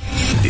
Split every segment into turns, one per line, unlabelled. The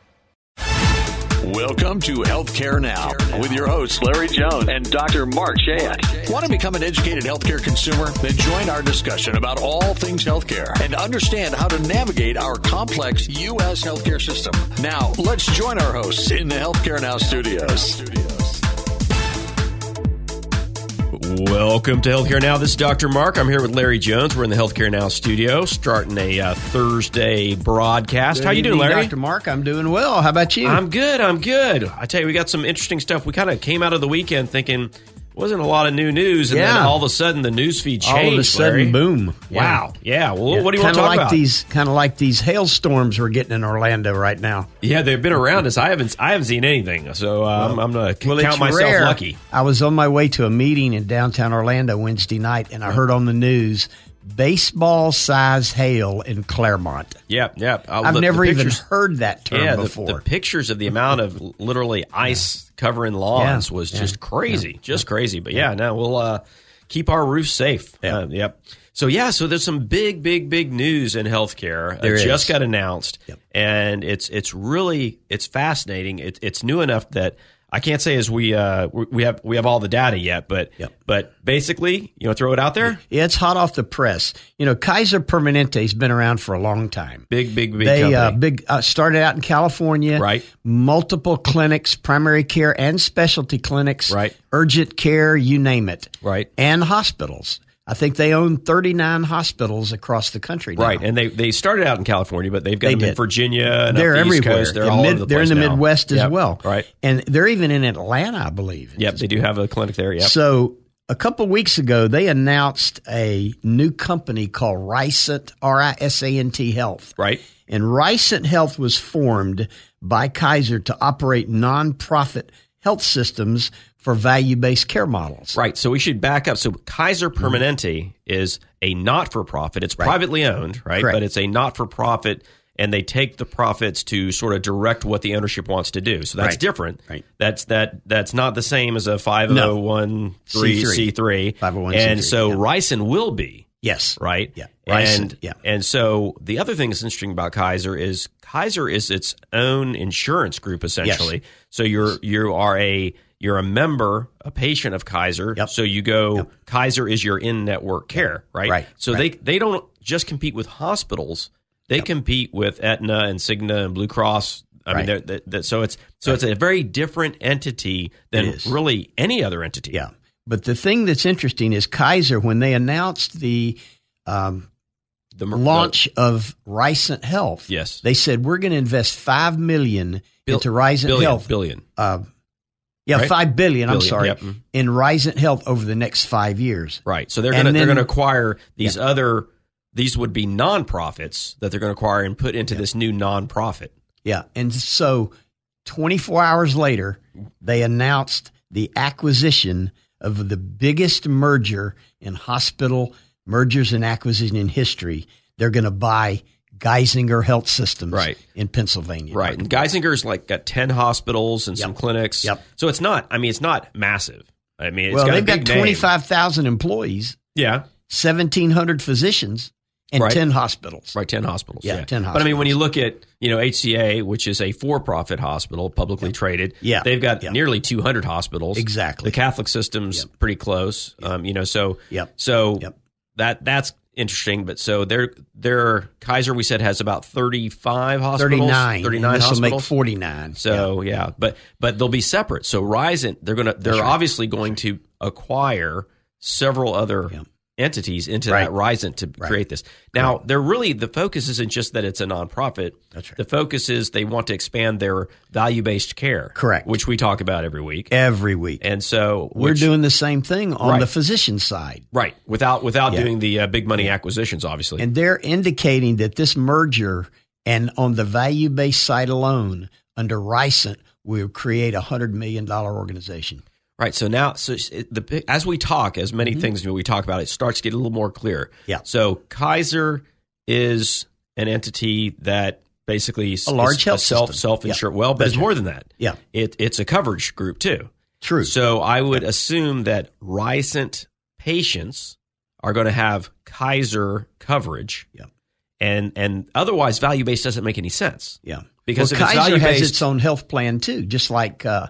Welcome to Healthcare Now with your hosts, Larry Jones and Dr. Mark Shad. Want to become an educated healthcare consumer? Then join our discussion about all things healthcare and understand how to navigate our complex U.S. healthcare system. Now, let's join our hosts in the Healthcare Now studios.
Welcome to Healthcare Now. This is Dr. Mark. I'm here with Larry Jones. We're in the Healthcare Now studio, starting a uh, Thursday broadcast.
Good
How you doing,
evening,
Larry?
Dr. Mark, I'm doing well. How about you?
I'm good. I'm good. I tell you, we got some interesting stuff. We kind of came out of the weekend thinking wasn't a lot of new news, and then
Yeah.
all of a sudden the news feed
All
changed.
of a sudden,
Larry.
boom.
Wow. Yeah. Well, what do you want
kinda
to talk
like
about?
These kind of like these hailstorms we're getting in Orlando right now.
Yeah, they've been around us. I haven't. I haven't seen anything, so um, I'm gonna c-
it's
count myself
rare.
lucky.
I was on my way to a meeting in downtown Orlando Wednesday night, and I heard on the news baseball size hail in Claremont.
Yep. Yep. Uh,
I've
the- the
never even
pictures-
heard that term
yeah, the,
before.
the pictures of the amount of literally ice covering lawns
Yeah,
was
yeah,
just crazy, just crazy. But yeah, no, we'll uh, keep our roof safe.
Yeah.
Uh, yep. So yeah, so there's some big, big, big news in healthcare.
There
it
is.
just got announced,
Yep.
and it's it's really it's fascinating. It, it's new enough that. I can't say as we uh, we we have we have all the data yet, but
Yep.
but basically, you know, throw it out there.
Yeah, it's hot off the press. You know, Kaiser Permanente's been around for a long time.
Big, big, big
they
company.
uh, big uh, started out in California,
Right.
Multiple clinics, primary care and specialty clinics,
Right.
Urgent care, you name it,
Right.
And hospitals. I think they own thirty nine hospitals across the country. now.
Right, and they they started out in California, but they've got
They
them in
did.
Virginia and
they're
up the East
everywhere.
Coast. They're
In
all
mid-
over the place
they're in the
now.
Midwest
Yep,
as well,
Right.
And they're even in Atlanta, I believe.
Yep, they do have a clinic there. Yep.
So a couple weeks ago, they announced a new company called Risant R I S A N T Health.
Right.
And Risant Health was formed by Kaiser to operate nonprofit health systems for value-based care models.
Right. So we should back up. So Kaiser
Mm-hmm.
Permanente is a not for profit. It's privately owned, right?
Correct.
But it's a not for profit, and they take the profits to sort of direct what the ownership wants to do. So that's
Right.
different.
Right.
That's that. That's not the same as a five hundred one three c three.
501c3,
And so
yeah.
Ryson will be.
Yes.
right?
Yeah.
And
Ryson, yeah.
and so the other thing that's interesting about Kaiser is Kaiser is its own insurance group essentially. So you're you are a you're a member, a patient of Kaiser.
Yep.
So you go Kaiser is your in-network care, right?
Right,
So they they don't just compete with hospitals. They compete with Aetna and Cigna and Blue Cross. I mean,
Right.
they're, they they- so it's so it's a very different entity than
It is.
really any other entity.
Yeah. But the thing that's interesting is Kaiser, when they announced the um,
The mer- the-
launch of Risant Health,
Yes.
they said we're going to invest five million
Bil-
into Risant
billion,
Health.
billion.
uh, yeah,
Right?
five billion. I'm
Billion,
sorry,
yep. Mhm.
in Risant Health over the next five years.
Right. So they're
And
going to they're
then-
going to acquire these other these would be nonprofits that they're going to acquire and put into this new nonprofit.
Yeah, and so 24 hours later, they announced the acquisition of the biggest merger in hospital mergers and acquisition in history. They're going to buy Geisinger Health Systems
Right.
in Pennsylvania.
Right. And Geisinger's like got 10 hospitals and some
Yep.
clinics.
Yep.
So it's not I mean it's not massive. I mean it's
well,
got a
they've got
big name.
25,000 employees,
Yeah.
1,700 physicians, and
Right.
10 hospitals.
Right, 10 hospitals.
Yeah, 10
But I mean when you look at, you know, HCA, which is a for-profit hospital, publicly traded,
Yeah.
they've got
Yeah.
nearly 200 hospitals.
Exactly.
The Catholic system's pretty close. Um, you know, so
Yep.
So
Yep.
that that's interesting. But so their their Kaiser we said has about thirty five hospitals,
39.
39
This will make
hospitals.
49.
So yeah. but but they'll be separate. So Risent they're gonna they're obviously going to acquire several other. Entities into
Right.
that Risent to create this. Now, they're really the focus isn't just that it's a nonprofit.
That's right.
The focus is they want to expand their value based care,
Correct.
Which we talk about every week.
Every week.
And so
We're
which-
doing the same thing on
Right.
the physician side.
right without without
Yeah.
doing the uh, big money acquisitions, obviously.
And they're indicating that this merger and on the value based side alone under Rysant will create a $100 million organization.
Right. So now, so it- the as we talk, as many things we talk about, it starts to get a little more clear.
Mm-hmm. Yeah.
So Kaiser is an entity that basically is-
A large
is
health
self
system.
self insured. Well, but it's more than that.
Yeah.
It it's a coverage group too.
True.
So I would assume that Rysant patients are going to have Kaiser coverage.
Yeah.
And and otherwise, value based doesn't make any sense.
Yeah,
Because
well,
if it's
Kaiser has
value-based-
its own health plan too, just like uh,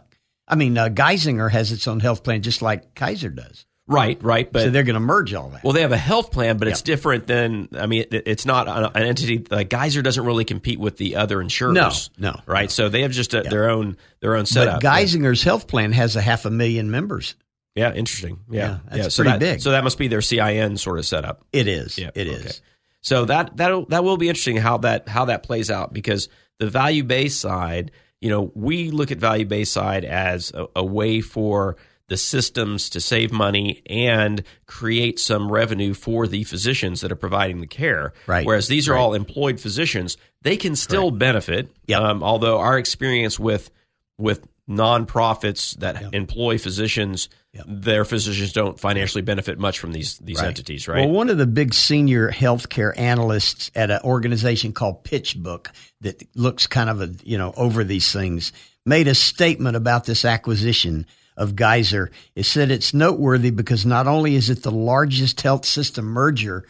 I mean uh, Geisinger has its own health plan, just like Kaiser does.
Right. Right. But
so they're going to merge all that.
Well, they have a health plan, but it's different than. I mean, it, it's not an, an entity like Geyser doesn't really compete with the other insurers.
No, no.
right? So they have just a, their own their own
but
setup.
Geisinger's health plan has a half a million members.
yeah, yeah, interesting. Yeah,
Yeah, that's
so
pretty
that,
big.
So that must be their CIN sort of setup.
It is.
Yeah,
it
okay.
is.
So that that that will be interesting how that how that plays out because the value based side, you know, we look at value based side as a, a way for the systems to save money and create some revenue for the physicians that are providing the care.
Right.
Whereas these are all employed physicians, they can still benefit.
Yep.
Um, although our experience with with nonprofits that employ physicians, their physicians don't financially benefit much from these these entities, right?
Well, one of the big senior healthcare analysts at an organization called PitchBook that looks kind of a, you know over these things made a statement about this acquisition of Geyser. It said it's noteworthy because not only is it the largest health system merger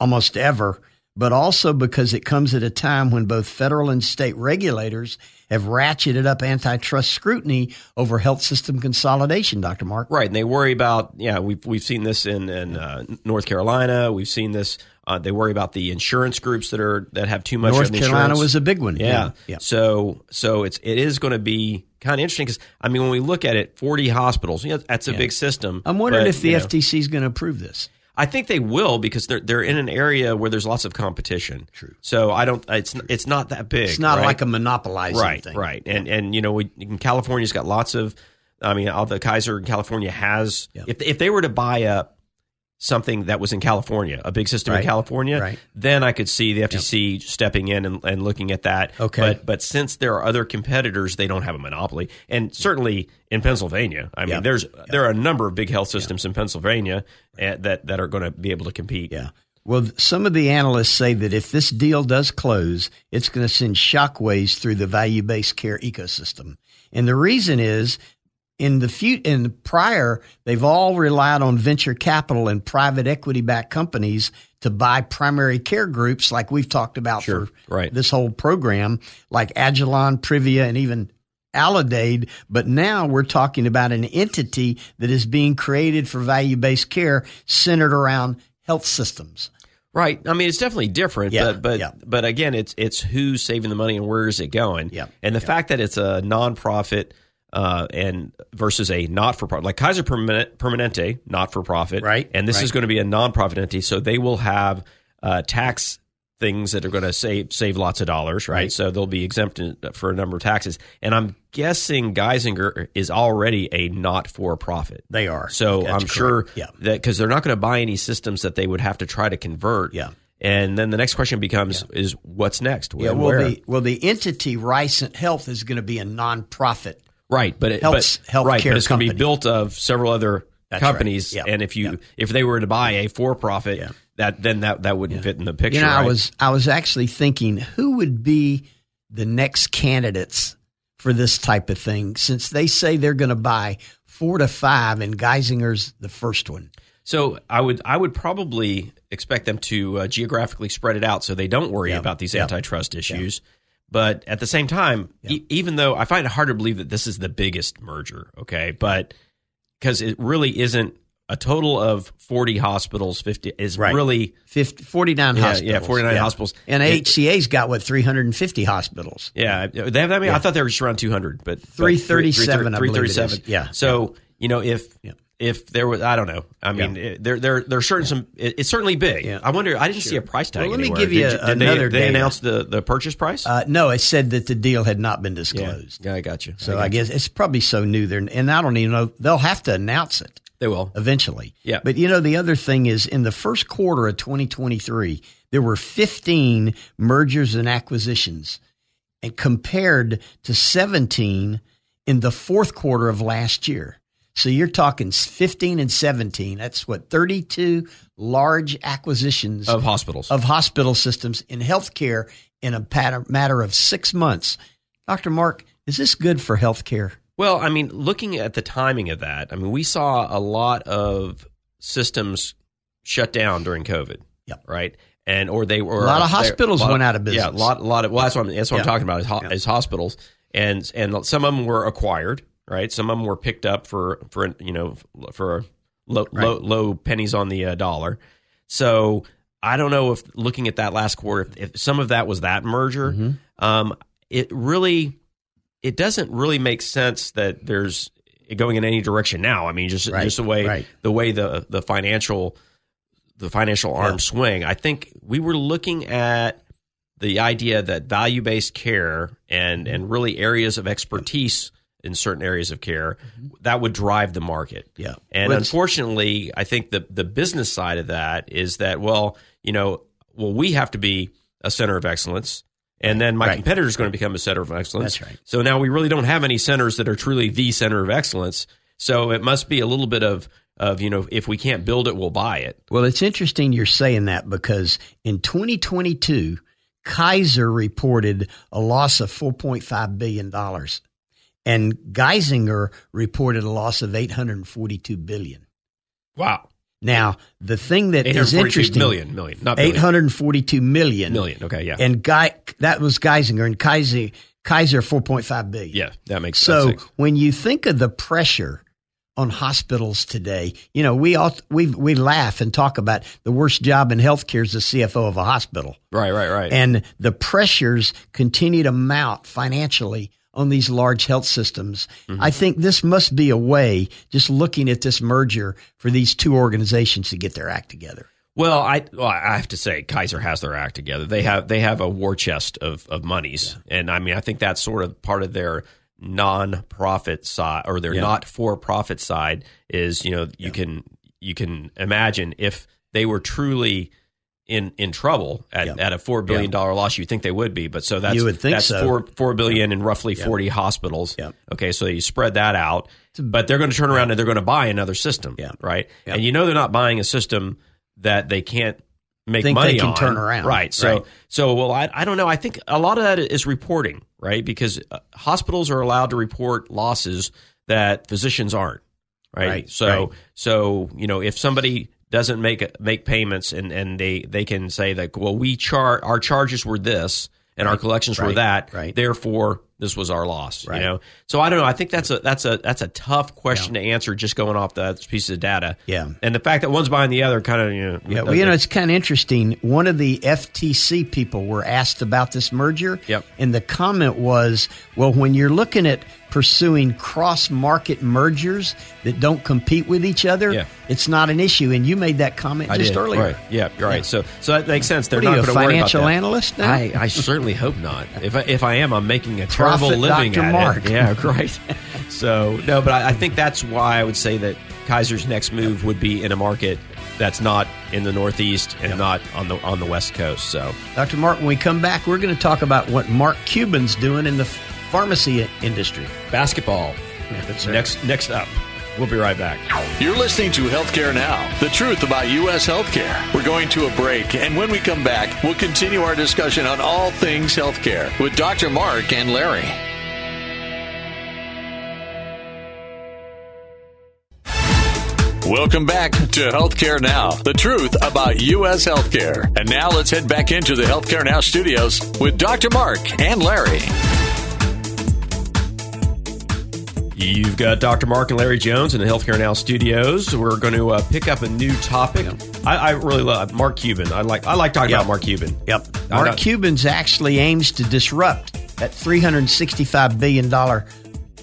almost ever, but also because it comes at a time when both federal and state regulators have ratcheted up antitrust scrutiny over health system consolidation, Dr. Mark.
Right, and they worry about yeah. We've we've seen this in in uh, North Carolina. We've seen this. Uh, they worry about the insurance groups that are that have too much. of
North
the
Carolina
insurance.
was a big one.
yeah.
Yeah.
So so it's it is going to be kind of interesting because I mean when we look at it, forty hospitals. You know, that's a big system.
I'm wondering
but,
if the
you know,
FTC is going to approve this.
I think they will because they're they're in an area where there's lots of competition. True. So I don't. It's it's not that big.
It's not
right?
like a monopolizing
right,
thing.
Right, and and you know, we, in California's got lots of. I mean, all the Kaiser in California has.
Yeah.
If if they were to buy up something that was in California, a big system in
Right,
California,
right.
then I could see the FTC stepping in and, and looking at that.
Okay.
but but since there are other competitors, they don't have a monopoly, and certainly in Pennsylvania, I mean,
Yeah.
there's there are a number of big health systems in Pennsylvania eh, that that are going to be able to compete.
Yeah. Well, th- some of the analysts say that if this deal does close, it's going to send shockwaves through the value based care ecosystem. And the reason is in the few, in the prior, they've all relied on venture capital and private equity backed companies to buy primary care groups like we've talked about
Sure.
for
Right.
this whole program, like Agilon, Privia, and even Allidaid. But now we're talking about an entity that is being created for value based care centered around health systems.
Right. I mean, it's definitely different,
Yeah,
but but
yeah.
but again, it's it's who's saving the money and where is it going?
Yeah,
And the fact that it's a nonprofit uh, and versus a not for profit, like Kaiser Permanente, Permanente not for profit,
Right,
And this
right.
is going to be a nonprofit entity, so they will have uh, tax things that are going to save save lots of dollars, right? So they'll be exempt in- for a number of taxes. And I'm guessing Geisinger is already a not for profit.
They are.
So
That's
I'm
correct.
sure
Yeah.
that because they're not going to buy any systems that they would have to try to convert.
Yeah.
And then the next question becomes: Is what's next?
Yeah,
And
well,
where?
the, well, the entity Ricent Health is going to be a nonprofit.
right, but it, but,
Health-
right,
healthcare
but it's going to be
company.
built of several other
That's right.
companies.
Yeah.
And if you
Yeah.
if they were to buy a for profit, that then that that wouldn't fit in the picture.
You know, I
right?
was I was actually thinking who would be the next candidates for this type of thing, since they say they're going to buy four to five, and Geisinger's the first one.
So I would I would probably expect them to uh, geographically spread it out so they don't worry about these antitrust issues. But at the same time, e- even though I find it hard to believe that this is the biggest merger, okay, but because it really isn't a total of forty hospitals, fifty is
Right.
really
50, 49
Yeah,
hospitals.
yeah, 49 hospitals.
And
It-
HCA's got what 350 hospitals.
Yeah, they have that many. I thought they were just around 200, but but
337, I believe it is.
337.
Yeah.
So, you know, if
Yeah.
if there was I don't know. I mean, it, there there there're certain some it, it's certainly big.
Yeah.
I wonder I didn't see a price tag
Well, let me
anywhere.
give you
Did did
another
they, they
data.
announced the the purchase price?
Uh, no, it said that the deal had not been
yeah.
disclosed.
yeah, I got you.
So
I
I
got
guess it's probably so new there, and I don't even know they'll have to announce it.
you. they will.
eventually.
Yeah.
But you know, the other thing is in the first quarter of 2023, there were 15 mergers and acquisitions. and compared to 17 in the fourth quarter of last year. So you're talking 15 and 17. That's what 32 large acquisitions
of hospitals.
of hospital systems in healthcare in a pat- matter of six months. Dr. Mark, is this good for healthcare?
Well, I mean, looking at the timing of that, I mean, we saw a lot of systems shut down during COVID.
Yep.
Right. And or they were
A lot of hospitals
a lot
went out of business.
Yeah, a lot, a lot of. Well, that's what I'm, that's what
Yeah.
I'm talking about is, ho- is hospitals, and and some of them were acquired, right? Some of them were picked up for for you know for low low, low pennies on the uh, dollar. So I don't know if looking at that last quarter, if, if some of that was that merger,
Mm-hmm.
um, it really it doesn't really make sense that there's it going in any direction now. I mean, just
Right,
just the way
right.
the way the the financial the financial arm swing. I think we were looking at the idea that value based care and
Mm-hmm.
and really areas of expertise in certain areas of care that would drive the market.
Mm-hmm. Yeah.
And
Well, it's-
unfortunately, I think the the business side of that is that well, you know, well we have to be a center of excellence, and then my
Right.
competitor is going to become a center of excellence.
That's right.
So now we really don't have any centers that are truly the center of excellence. So it must be a little bit of of you know if we can't build it, we'll buy it.
Well, it's interesting you're saying that because in 2022, Kaiser reported a loss of $4.5 billion and Geisinger reported a loss of $842 billion.
Wow,
Now, the thing that
eight
is
hundred forty-two
interesting
million million, not
eight
billion,
hundred forty-two million,
million. Okay, yeah,
and Guy, that was Geisinger and Kaiser, Kaiser 4.5 billion.
yeah, that makes that
So
makes-
when you think of the pressure on hospitals today, you know we all we we laugh and talk about the worst job in healthcare is the CFO of a hospital,
Right, right, right.
and the pressures continue to mount financially on these large health systems. I think this must be a way, just looking at this merger, for these two organizations to get their act together.
Well, I well, I have to say Kaiser has their act together. They have they have a war chest of of monies, and I mean I think that's sort of part of their non-profit side or their not for profit side is you know you can you can imagine if they were truly in in trouble at, at a four billion dollar loss you think they would be but so that's
You would think
that's
so.
four four billion in roughly 40 hospitals
Yep.
okay so you spread that out but they're going to turn around and they're going to buy another system
Yeah.
right and you know they're not buying a system that they can't make
Think they
money
can
on.
turn around.
right so
Right.
so well I, I don't know i think a lot of that is reporting right because uh, hospitals are allowed to report losses that physicians aren't right,
Right,
so
right.
so you know if somebody doesn't make make payments and and they they can say that well we char our charges were this and our collections were
right,
that
right.
therefore this was our loss
Right.
you know so i don't know i think that's a that's a that's a tough question to answer just going off that piece of data
Yeah.
and the fact that one's behind the other kind of you know
Yeah, well, you know, it's kind of interesting. One of the FTC people were asked about this merger.
Yep.
And the comment was, well, when you're looking at pursuing cross market mergers that don't compete with each other,
Yeah.
it's not an issue. And you made that comment
I
just
did.
earlier.
Right. Yeah, you're right. So, so that makes sense. They're
What are you,
not
a
going to worry about
financial
that.
analyst now?
I, I certainly hope not. If I, if I am, I'm making a terrible
Prophet
living
Dr.
at
Mark.
it. Yeah, right. so no, but I, I think that's why I would say that Kaiser's next move would be in a market that's not in the Northeast and not on the on the West Coast. So
Dr. Mark, when we come back, we're going to talk about what Mark Cuban's doing in the pharmacy industry.
basketball. next next up, we'll be right back.
You're listening to Healthcare Now, the truth about U.S. healthcare. We're going to a break, and when we come back, we'll continue our discussion on all things healthcare with Dr. Mark and Larry. Welcome back to Healthcare Now, the truth about U.S. healthcare. And now let's head back into the Healthcare Now studios with Dr. Mark and Larry.
You've got Dr. Mark and Larry Jones in the Healthcare Now studios. We're going to uh, pick up a new topic. I, I really love Mark Cuban. I like I like talking
Yeah.
about Mark Cuban.
Yep.
I
Mark
don't-
Cuban's actually aims to disrupt that $365 billion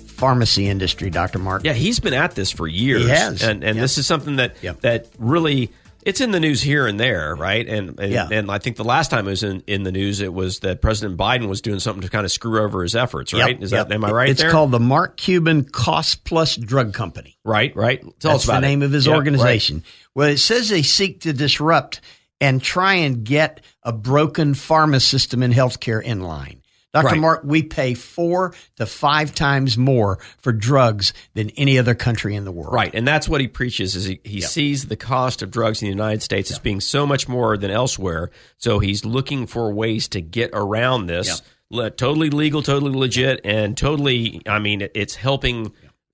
pharmacy industry, Dr. Mark.
Yeah, he's been at this for years.
He has.
and and this is something that
Yep.
that really it's in the news here and there, right? And and,
Yeah.
and I think the last time it was in, in the news, it was that President Biden was doing something to kind of screw over his efforts, right?
Yep,
Is
yep.
that am I right?
It's
there?
called the Mark Cuban Cost Plus Drug Company.
right, right. Tell
That's
us about
the name
it.
of his
Yeah, right.
organization. Well, it says they seek to disrupt and try and get a broken pharma system in healthcare in line. Dr.
Right.
Mark, we pay four to five times more for drugs than any other country in the world.
Right, and that's what he preaches is he, he sees the cost of drugs in the United States as being so much more than elsewhere. So he's looking for ways to get around this. Le- totally legal, totally legit, and totally. I mean, it- it's helping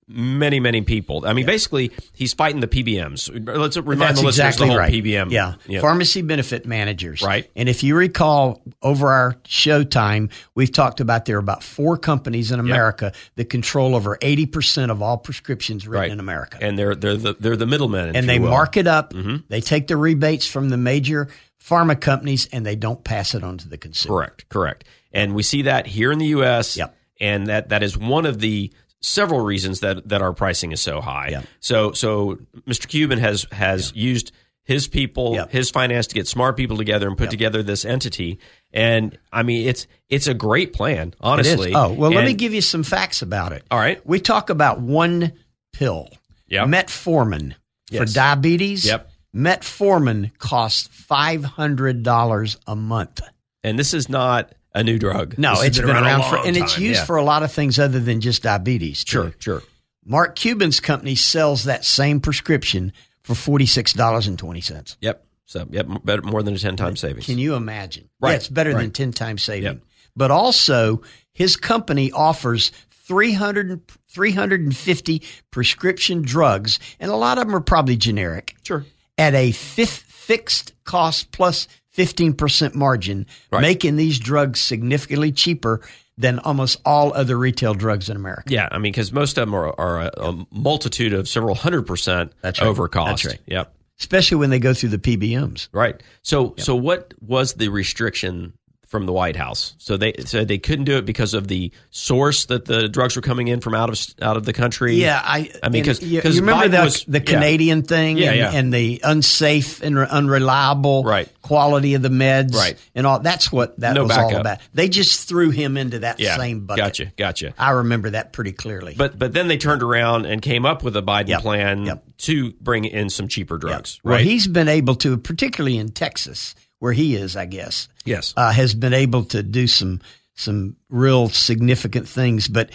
many, many people. I mean, basically, he's fighting the PBMs. Let's remind
That's
the listeners
exactly
the whole
right.
PBM.
Yeah. Pharmacy benefit managers.
Right.
And if you recall, over our show time, we've talked about there are about four companies in America that control over 80% of all prescriptions written
Right.
in America.
and they're they're the they're the middlemen, if
and they
you will. Mm-hmm.
mark it up. They take the rebates from the major pharma companies and they don't pass it on to the consumer.
Correct, correct. And we see that here in the U.S.
Yep.
And that that is one of the several reasons that that our pricing is so high.
Yep.
So so Mr. Cuban has has used his people,
Yep.
his finance to get smart people together and put together this entity. And I mean, it's it's a great plan,
It is.
honestly.
Oh, well, let me
And-
give you some facts about it.
All right.
We talk about one pill.
Yeah.
Metformin
Yes.
for diabetes.
Yep.
Metformin costs $500 a month.
And this is not a new drug.
No,
This has
it's been, around,
a
for,
long
and it's
time.
used
Yeah.
for a lot of things other than just diabetes. too.
sure, sure.
Mark Cuban's company sells that same prescription for $46.20.
Yep. So yep, better, more than a ten times savings.
Can you imagine?
Right,
Yeah, it's better than
right.
10 times saving.
Yep.
But also, his company offers 300, and- 350 prescription drugs, and a lot of them are probably generic,
sure.
at a fifth fixed cost plus 15% margin,
Right.
making these drugs significantly cheaper than almost all other retail drugs in America.
Yeah, I mean, because most of them are, are a, a multitude of several hundred percent
That's right.
over cost.
That's right.
Yep.
Especially when they go through the PBMs.
Right. So, so what was the restriction from the White House? So they said they couldn't do it because of the source that the drugs were coming in from out of out of the country.
Yeah, I.
I mean,
and
'cause-
you,
'cause
you remember
Biden
the,
was-
the
yeah.
Canadian thing,
Yeah,
and,
yeah.
and the unsafe and re- unreliable
Right.
quality of the meds,
Right.
And all that's what that
No
was all
backup.
about. They just threw him into that
Yeah.
same bucket.
Gotcha. Gotcha.
I remember that pretty clearly.
But but then they turned around and came up with a Biden
Yep.
plan
Yep.
to bring in some cheaper drugs.
well,
Right.
he's been able to, particularly in Texas, where he is, I guess.
yes.
uh, has been able to do some some real significant things. But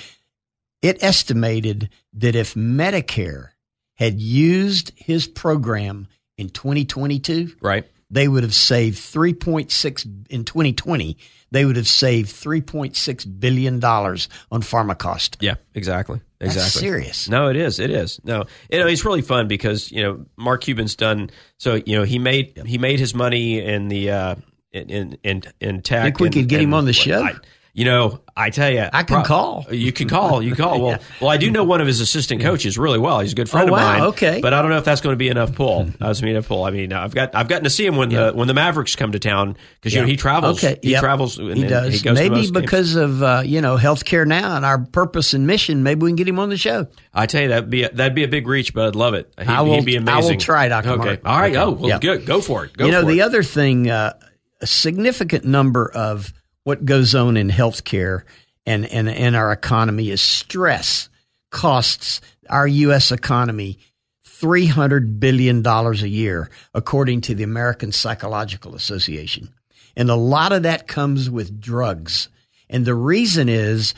it estimated that if Medicare had used his program in 2022,
right.
they would have saved 3.6 in 2020. They would have saved 3.6 billion dollars on pharma cost.
Yeah. Exactly.
That's
Exactly.
serious.
No, it is. It is. No, you know, it's really fun because you know Mark Cuban's done. So you know he made he made his money in the uh, in in in, in tech.
Think we
and-
could get him
and
on the
what-
show?
I- you know, I tell you,
I can call.
You can call. You can call. Well, well, I do know one of his assistant coaches really well. He's a good friend
Oh, wow,
of mine.
okay.
but I don't know if that's going to be enough pull. That's be enough pull. I mean, I've got I've gotten to see him when the when the Mavericks come to town because you know he travels.
Okay,
he
yep.
travels. And,
He
and
does.
He goes to
maybe
most games.
because of uh, you know healthcare now and our purpose and mission, maybe we can get him on the show.
I tell you that'd be a, that'd be a big reach, but I'd love it. He'd,
I will-
he'd be
I will
amazing.
try, Dr.
Okay.
Mark.
All right.
Okay.
Oh well,
Yeah.
good. Go for it. Go
you know,
for
the
it.
other thing, uh, a significant number of what goes on in healthcare and, and, and our economy is stress costs our U.S. economy $300 billion a year, according to the American Psychological Association. And a lot of that comes with drugs. And the reason is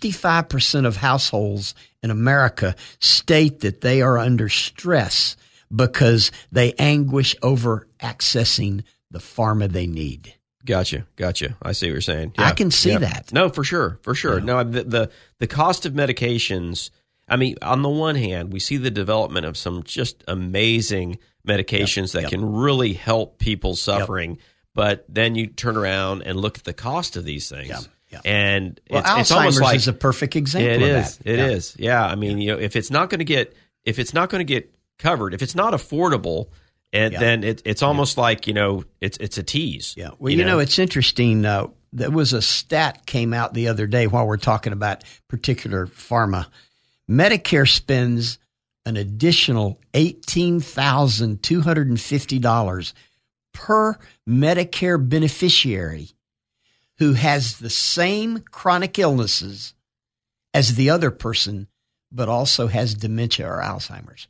65% of households in America state that they are under stress because they anguish over accessing the pharma they need.
Gotcha. Gotcha. I see what you're saying.
I
Yeah.
can see
Yeah.
that.
No, for sure. For sure. No, the, the the cost of medications. I mean, on the one hand, we see the development of some just amazing medications that can really help people suffering. But then you turn around and look at the cost of these things,
Yeah.
and
Well,
it's, it's
Alzeimer's
almost like
is a perfect example
It
of
is.
that.
It is.
Yeah.
Yeah. I mean, you know, if it's not going to get if it's not going to get covered, if it's not affordable, and
Yeah.
then it, it's almost like you know it's it's a tease.
Yeah. Well, you, know? it's interesting. Uh, there was a stat came out the other day while we're talking about particular pharma. Medicare spends an additional eighteen thousand two hundred and fifty dollars per Medicare beneficiary who has the same chronic illnesses as the other person, but also has dementia or Alzheimer's.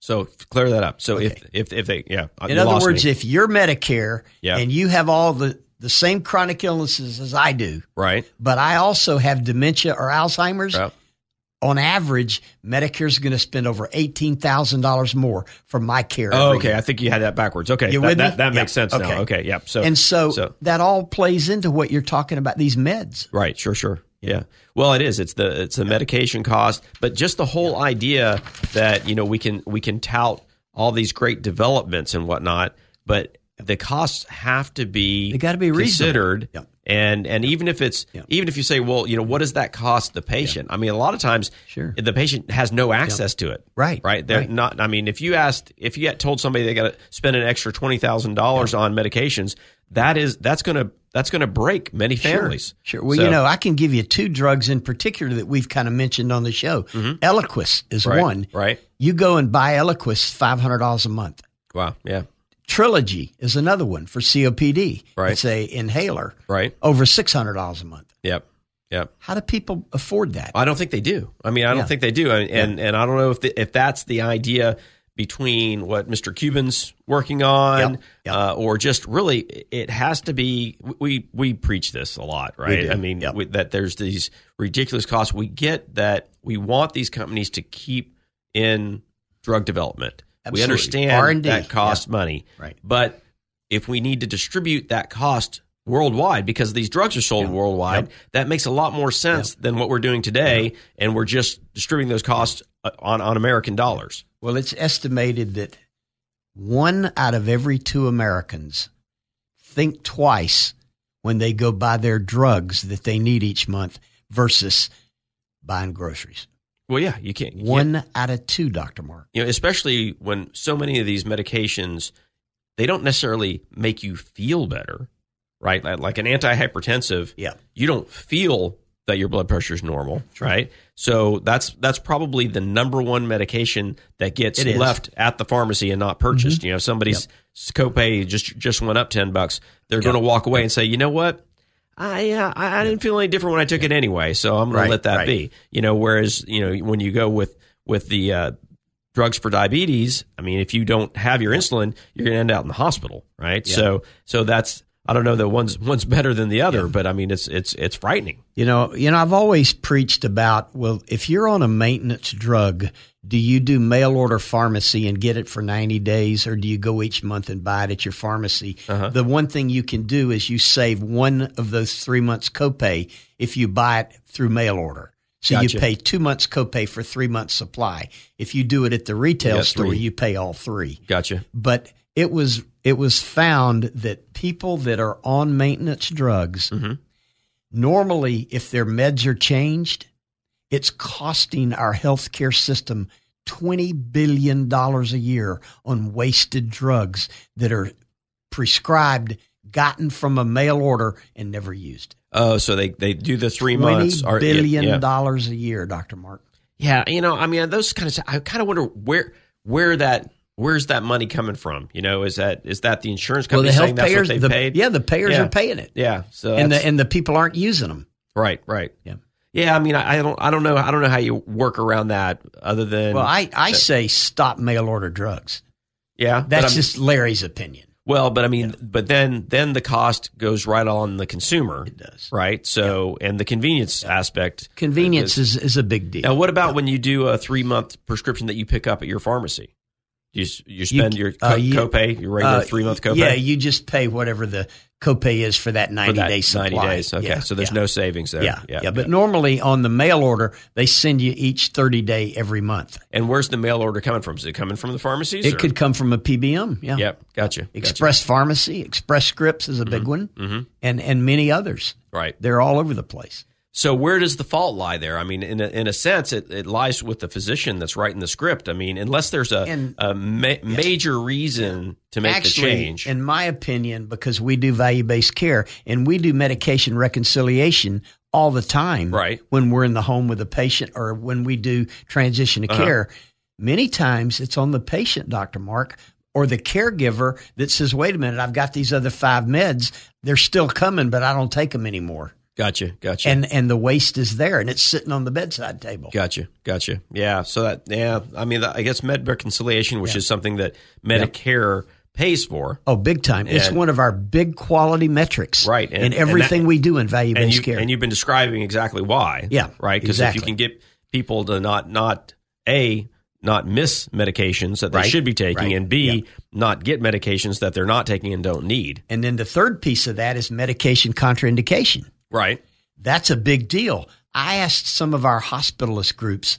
so clear that up. So if if if they yeah, uh,
In
you
other
lost
words,
me.
if you're Medicare
Yeah.
and you have all the the same chronic illnesses as I do,
right?
but I also have dementia or Alzheimer's.
Right.
On average, Medicare's going to spend over eighteen thousand dollars more for my care.
Oh,
every
okay.
year.
I think you had that backwards. Okay,
You
that,
with me?
that, that makes
Yeah.
sense
Okay.
now. Okay, yeah. So
and so,
so
that all plays into what you're talking about. These meds.
right, sure, sure, yeah. Well, it is. It's the it's the medication cost, but just the whole idea that you know we can we can tout all these great developments and whatnot, but the costs have to be
They gotta be reasonable.
considered.
Yep.
And and even if it's
Yep.
even if you say, well, you know, what does that cost the patient? I mean, a lot of times,
Sure.
the patient has no access to it.
Right,
right. They're
right.
not. I mean, if you asked, if you had told somebody they got to spend an extra twenty thousand dollars on medications, that is that's gonna that's gonna break many families.
Sure. Well,
So-
you know, I can give you two drugs in particular that we've kind of mentioned on the show. Eliquis is
Mm-hmm. Right,
one.
right.
You go and buy Eliquis five hundred dollars a month.
Wow. Yeah.
Trilogy is another one for COPD.
Right.
It's a inhaler.
Right.
Over six hundred dollars a month.
Yep. Yep.
How do people afford that?
I don't think they do. I mean, I don't
Yeah.
think they do, and and, and I don't know if the, if that's the idea between what Mr. Cuban's working on,
Yep, yep.
Uh, or just really, it has to be. We we preach this a lot, right?
do,
I mean,
yep.
we, that there's these ridiculous costs. We get that we want these companies to keep in drug development. We
Absolutely.
understand
R&D,
that costs money,
Right.
But if we need to distribute that cost worldwide because these drugs are sold worldwide, that makes a lot more sense than what we're doing today. And we're just distributing those costs uh, on, on American dollars.
Well, it's estimated that one out of every two Americans think twice when they go buy their drugs that they need each month versus buying groceries.
Well, yeah, you can't. you can't-
One out of two, Dr. Mark.
you know, especially when so many of these medications, they don't necessarily make you feel better, right? Like, like an antihypertensive,
Yeah.
you don't feel that your blood pressure is normal, right? So that's that's probably the number one medication that gets
It is. Mm-hmm.
left at the pharmacy and not purchased. You know, if somebody's copay just just went up ten bucks. They're going to walk away and say, you know what? I, uh, I I didn't feel any different when I took it anyway, so I'm going
Right,
to let that
right.
be. You know, whereas you know when you go with with the uh, drugs for diabetes, I mean, if you don't have your insulin, you're going to end out in the hospital, right? So, so that's I don't know that one's one's better than the other, but I mean, it's it's it's frightening.
You know, you know, I've always preached about, well, if you're on a maintenance drug, do you do mail order pharmacy and get it for 90 days or do you go each month and buy it at your pharmacy? The one thing you can do is you save one of those three months copay if you buy it through mail order. So
Gotcha.
you pay two months copay for three months supply. If you do it at the retail
Yeah,
store,
three.
you pay all three
Gotcha.
but it was it was found that people that are on maintenance drugs
Mm-hmm.
normally if their meds are changed it's costing our healthcare system 20 billion dollars a year on wasted drugs that are prescribed gotten from a mail order and never used
Oh, so they they do the three
20
months or-
billion
yeah,
dollars a year dr mark
yeah. Yeah, you know, I mean, those kind of I kind of wonder where where that where's that money coming from? You know, is that is that the insurance company saying that's what they
the,
paid?
yeah the payers
Yeah.
are paying it
yeah. So
and
that's-
the and the people aren't using them
right, right.
Yeah.
Yeah, I mean, I, I don't, I don't know, I don't know how you work around that, other than
Well, I, I say stop mail order drugs.
yeah, but
That's
I'm-
just Larry's opinion.
Well, but I mean, but then then the cost goes right on the consumer. It
does.
right? So, and the convenience aspect.
Convenience is, is a big deal.
Now, what about when you do a three month prescription that you pick up at your pharmacy? You s- you spend your co-
uh, you-
copay, your regular
Uh,
three month copay.
Yeah, you just pay whatever the copay is for that
for
ninety
that
day supply.
ninety days. Okay,
Yeah,
so there's
yeah,
no savings there.
yeah, yeah, But normally on the mail order, they send you each thirty day every month.
and where's the mail order coming from? Is it coming from the pharmacies?
It
or-
could come from a PBM. Yeah.
Yep, gotcha. Mm-hmm, gotcha.
Express Pharmacy, Express Scripts is a big one, and and many others.
Right.
They're all over the place.
So where does the fault lie there? I mean, in a, in a sense, it, it lies with the physician that's writing the script. I mean, unless there's a,
And-
a ma- major reason to make
actually,
the change.
in my opinion, because we do value based care and we do medication reconciliation all the time,
Right.
When we're in the home with a patient or when we do transition
Uh-huh.
to care, many times it's on the patient, Doctor Mark. Or the caregiver that says, wait a minute, I've got these other five meds. They're still coming, but I don't take them anymore.
gotcha, gotcha,
And and the waste is there and it's sitting on the bedside table.
gotcha, gotcha. Yeah. So that yeah, I mean, I guess med reconciliation, which is something that Medicare pays for.
Oh, big time. it's
And-
one of our big quality metrics.
Right, and-
in
and
everything
that-
we do in value
and
based
you
care.
and you've been describing exactly why.
Yeah,
right. Because
exactly.
if you can get people to not not a not miss medications that they
Right,
should be taking,
right,
and b
yeah.
not get medications that they're not taking and don't need.
and then the third piece of that is medication contraindication.
Right.
That's a big deal. I asked some of our hospitalist groups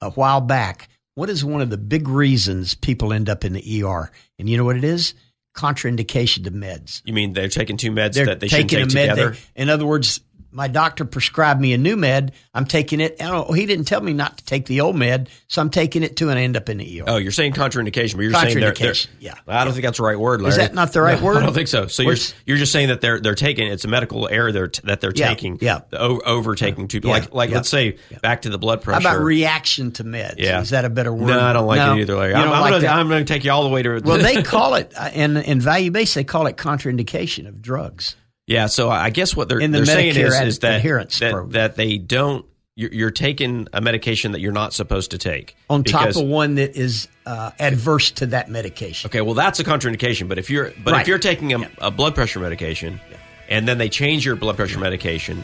a while back, what is one of the big reasons people end up in the ER? And you know what it is? Contraindication to meds.
You mean they're taking two meds
They're
that they shouldn't
taking
take
a med.
together?
they- in other words, my doctor prescribed me a new med. I'm taking it. And oh, he didn't tell me not to take the old med, so I'm taking it too, and I end up in the ER.
oh, you're saying contraindication, but you're saying they're, they're
Contraindication, yeah.
I don't think that's the right word. Larry.
Is that not the right
No,
word?
I don't think so. So you're
Where's-
you're just saying that they're they're taking it's a medical error they're t- that they're
Yeah,
taking
yeah.
o- over taking two
yeah,
like like
yeah.
let's say back to the blood pressure.
How about reaction to meds?
Yeah.
Is that a better word?
No, I don't like
No,
it either, Larry.
you
I'm,
don't
I'm
like
gonna,
that.
I'm gonna take you all the way to.
well, they call it, uh, in, in value based, they call it contraindication of drugs.
yeah. So I I guess what they're
In the
they're saying
Medicare
is,
ad-
is that
adherence
that,
program.
that they don't. You're, you're taking a medication that you're not supposed to take
on
because-
top of one that is uh, adverse to that medication.
Okay, well that's a contraindication. But if you're but
Right.
if you're taking a, a blood pressure medication, and then they change your blood pressure medication,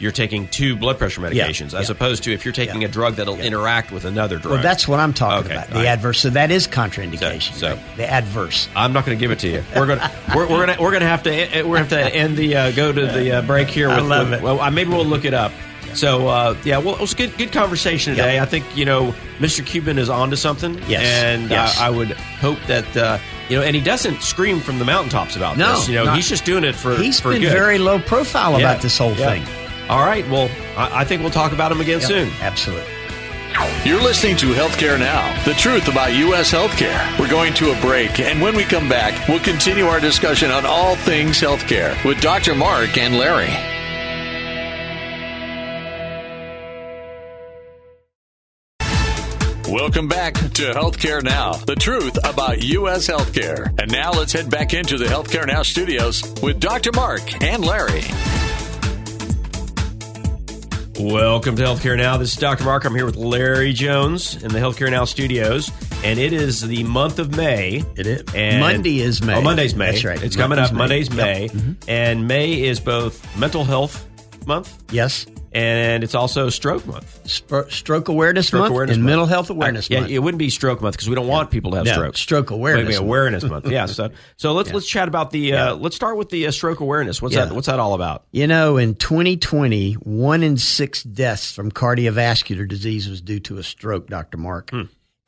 you're taking two blood pressure medications as
Yeah.
opposed to if you're taking a drug that'll interact with another drug.
Well, that's what I'm talking
Okay,
about. The
all right.
adverse. So that is contraindication.
So- so-
right? The adverse.
I'm not going to give it to you. We're gonna we're, we're gonna we're gonna have to eh, eh, we're gonna have to end the uh, go to the uh, break here. With,
I love
with-
it.
Well, I, maybe we'll look it up. So uh, yeah, well, it was a good good conversation today. I think you know Mr. Cuban is onto something.
Yes.
and uh,
Yes.
I, I would hope that uh, you know, and he doesn't scream from the mountaintops about
No,
this. You know,
not-
he's just doing it for
He's
for
been
good.
very low profile
Yeah,
about this whole
yeah.
thing.
All right. Well, I, I think we'll talk about him again
Yep,
soon.
Absolutely.
You're listening to Healthcare Now, the truth about U.S. healthcare. We're going to a break, and when we come back, we'll continue our discussion on all things healthcare with Dr. Mark and Larry. Welcome back to Healthcare Now, the truth about U.S. healthcare. And now let's head back into the Healthcare Now studios with Dr. Mark and Larry.
Welcome to Healthcare Now. This is Dr. Mark. I'm here with Larry Jones in the Healthcare Now studios, and it is the month of May.
It is.
And
Monday is May.
Oh, Monday's May.
That's right.
It's coming
Monday's
up.
May.
Monday's
Yep. Mm-hmm.
May, and May is both Mental Health Month
Yes.
and it's also Stroke Month.
Spro- stroke awareness
Stroke
month
Awareness
and
Month.
mental health awareness
yeah,
month.
it wouldn't be Stroke Month because we don't want people to have
No,
strokes.
Stroke
Awareness,
awareness. month.
awareness month. Yeah. So, so let's let's chat about the. Uh, Let's start with the uh, stroke awareness. What's
Yeah.
that? What's that all about?
You know, in 2020, one in six deaths from cardiovascular disease was due to a stroke, Dr. Mark.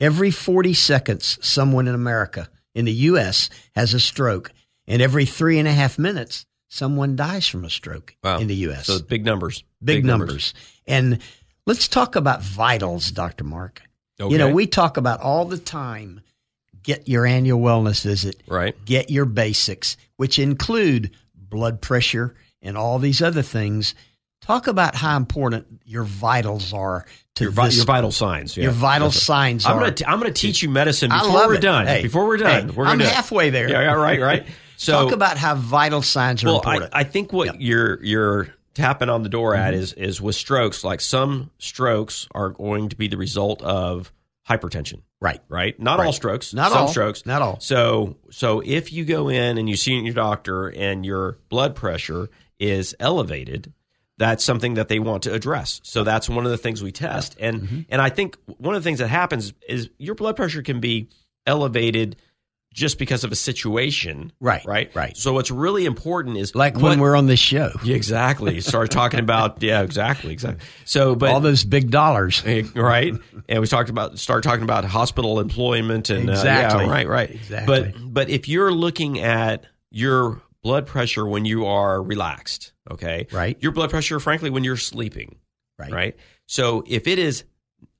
Every 40 seconds, someone in America, in the U.S., has a stroke. And every three and a half minutes, someone dies from a stroke in the U.S.
So big numbers.
big, numbers. And let's talk about vitals, Dr. Mark.
Okay.
You know, we talk about all the time get your annual wellness visit
Right.
get your basics, which include blood pressure and all these other things. Talk about how important your vitals are to
Your, vi-
this-
your vital signs. Yeah.
your vital
That's it.
signs
I'm
are.
gonna t- I'm gonna teach you medicine
I
before
love
we're
it.
done.
Hey,
before we're done,
hey,
we're gonna
I'm
do it.
halfway there.
Yeah, yeah, right, right. So
Talk about how vital signs are
well, I,
important.
I think what you're you're tapping on the door at
Mm-hmm.
is is with strokes. Like some strokes are going to be the result of hypertension,
right.
right? Not all strokes,
Not
some
all.
strokes,
Not all.
So so if you go in and you see your doctor and your blood pressure is elevated. That's something that they want to address. So that's one of the things we test. And
Mm-hmm.
and I think one of the things that happens is your blood pressure can be elevated just because of a situation.
Right,
Right.
right.
So what's really important is
Like
what-
when we're on this show,
yeah, exactly. Start talking about yeah, exactly, exactly. So, but
all those big dollars.
right, and we talked about start talking about hospital employment and uh, yeah,
Exactly.
right, right,
Exactly.
But but if you're looking at your blood pressure when you are relaxed, okay,
Right.
your blood pressure, frankly, when you're sleeping,
Right. Mm-hmm.
right. So if it is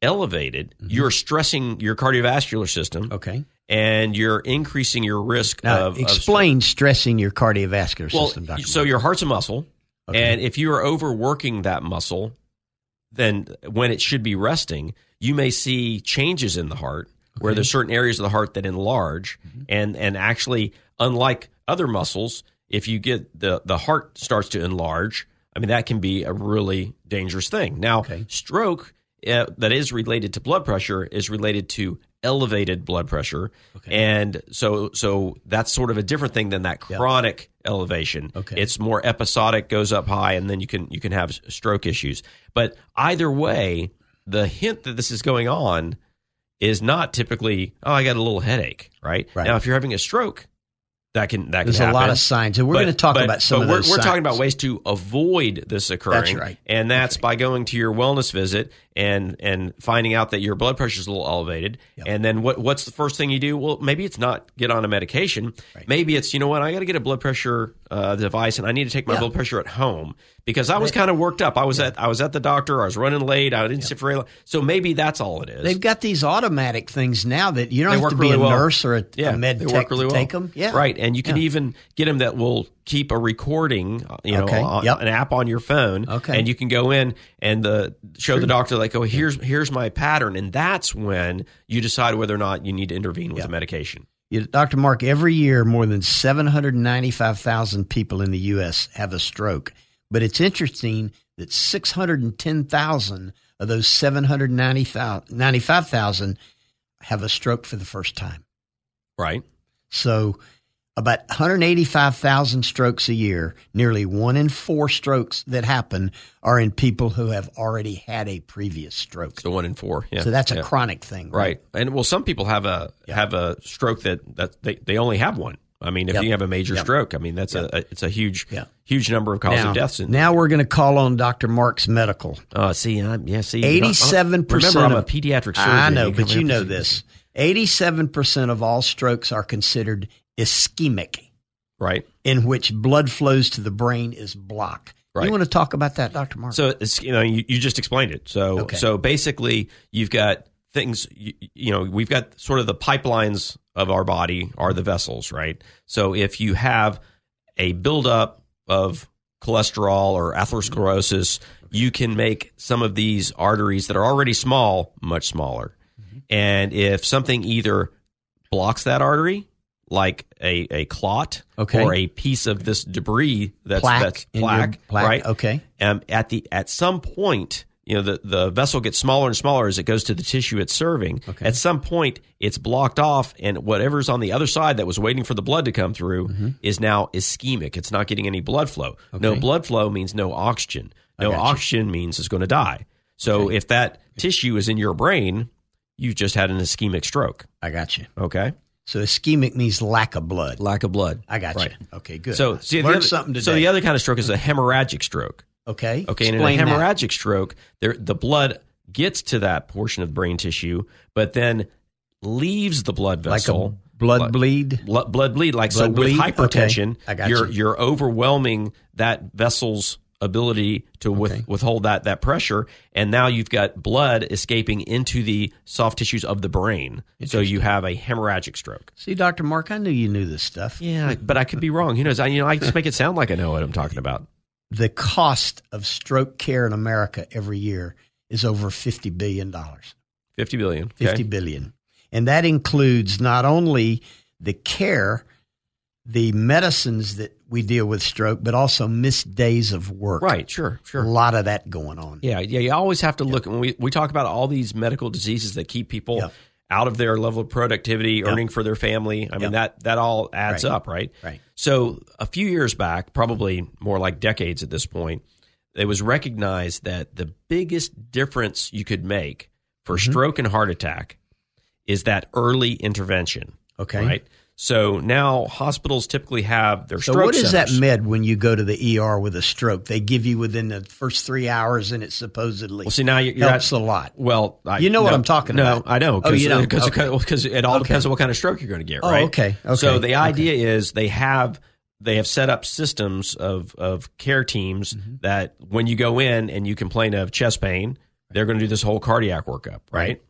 elevated, you're stressing your cardiovascular system,
Okay.
and you're increasing your risk
Now,
of of
explain stressing your cardiovascular system, Dr.
so
Mark.
your heart's a muscle,
Okay.
and if you are overworking that muscle, then when it should be resting, you may see changes in the heart where there's certain areas of the heart that enlarge,
Mm-hmm.
and and actually, unlike other muscles, if you get the the heart starts to enlarge, I mean that can be a really dangerous thing. Now,
Okay.
stroke uh, that is related to blood pressure is related to elevated blood pressure, and so so that's sort of a different thing than that chronic elevation.
Okay.
it's more episodic, goes up high, and then you can you can have s- stroke issues. But either way, the hint that this is going on is not typically oh I got a little headache right,
Right.
now if you're having a stroke that can that
There's
can
a lot
happen.
of signs, and we're
But-
going to talk
but-
about some
but
of
we're,
those
We're talking
signs.
about ways to avoid this occurring.
right.
And that's by going to your wellness visit and and finding out that your blood pressure is a little elevated. And then what what's the first thing you do? Well, maybe it's not get on a medication. Maybe it's you know what I got to get a blood pressure uh, device and I need to take my blood pressure at home because I was kind of worked up. I was at I was at the doctor. I was running late. I didn't sit for very long. So maybe that's all it is.
They've got these automatic things now that you
They
don't have
work
to be
really
a
well.
nurse or a,
yeah,
a med
they
tech
work really
to
well.
take them. Yeah,
right. And you can even get them that will keep a recording, uh, you know,
Okay,
on-
yep.
an app on your phone.
Okay.
and you can go in and the show the doctor like, oh, here's here's my pattern, and that's when you decide whether or not you need to intervene with a medication.
You- Dr. Mark, every year more than 795,000 people in the U.S. have a stroke. But it's interesting that 610,000 of those 795,000 have a stroke for the first time.
Right.
So about 185,000 strokes a year, nearly one in four strokes that happen are in people who have already had a previous stroke.
So one in four. Yeah.
So that's a
Yeah.
chronic thing.
right. And well, some people have a have a stroke that that they, they only have one. I mean, if
Yep.
you have a major stroke, I mean that's a, a it's a huge
Yeah.
huge number of cause
Now,
of deaths. And
now we're going to call on Dr. Mark's medical.
uh, see, I'm, yeah, see, you don't- I don't-
87%
Remember, I'm a
of-
pediatric surgeon.
I know, but
come
you
up
know
with-
this. 87% of all strokes are considered ischemic,
right?
in which blood flows to the brain is blocked.
Right.
You want to talk about that, Dr. Mark?
So it's, you know, you, you just explained it. So
Okay.
so basically, you've got things. You, you know, we've got sort of the pipelines of our body are the vessels, right? So if you have a buildup of cholesterol or atherosclerosis, you can make some of these arteries that are already small much smaller.
Mm-hmm.
And if something either blocks that artery, like a, a clot
Okay.
or a piece of this debris that's
plaque,
that's
in your-
plaque,
plaque,
right?
Okay.
um, at the at some point you know the, the vessel gets smaller and smaller as it goes to the tissue it's serving
Okay.
at some point it's blocked off and whatever's on the other side that was waiting for the blood to come through is now ischemic it's not getting any blood flow no
Okay.
blood flow means no oxygen no
got you.
oxygen means it's going to die so if that tissue is in your brain you've just had an ischemic stroke
I got you.
okay
So ischemic means lack of blood.
lack of blood
I got
Right.
you. Okay, good.
so see the
learn
other,
something today.
so the other kind of stroke is a hemorrhagic stroke
okay,
Okay, and in a
explain that.
hemorrhagic stroke, there the blood gets to that portion of the brain tissue, but then leaves the blood
like a
vessel.
blood
Like-
bleed.
Blo- blood bleed, like so,
Blood bleed?
with hypertension,
Okay, I got
you're
you.
you're overwhelming that vessel's ability to with, withhold that that pressure, and now you've got blood escaping into the soft tissues of the brain. So you have a hemorrhagic stroke.
See, Doctor Mark, I knew you knew this stuff.
Yeah, but I could be wrong. Who knows? I you know I just make it sound like I know what I'm talking about.
The cost of stroke care in America every year is over fifty billion dollars.
Fifty billion. Okay.
Fifty billion, and that includes not only the care, the medicines that we deal with stroke, but also missed days of work.
Right. Sure. Sure.
a lot of that going on.
Yeah, yeah. You always have to look when we, we talk about all these medical diseases that keep people
Yeah.
out of their level of productivity, earning for their family. I mean that that all adds
Right.
up, right?
Right.
So a few years back, probably more like decades at this point, it was recognized that the biggest difference you could make for
Mm-hmm.
stroke and heart attack is that early intervention.
Okay.
Right. So now hospitals typically have their
So
stroke
what is that
centers.
med when you go to the ER with a stroke? They give you within the first three hours, and it supposedly
Well, see now you're, you're
helps
at,
a lot.
Well, I,
You know what I'm talking about.
No, I know.
Oh, you know.
Because
Okay.
it all
Okay.
depends on what kind of stroke you're going to get,
Oh,
right?
okay. Okay.
So the idea is they have they have set up systems of of care teams that when you go in and you complain of chest pain, they're going to do this whole cardiac workup, right?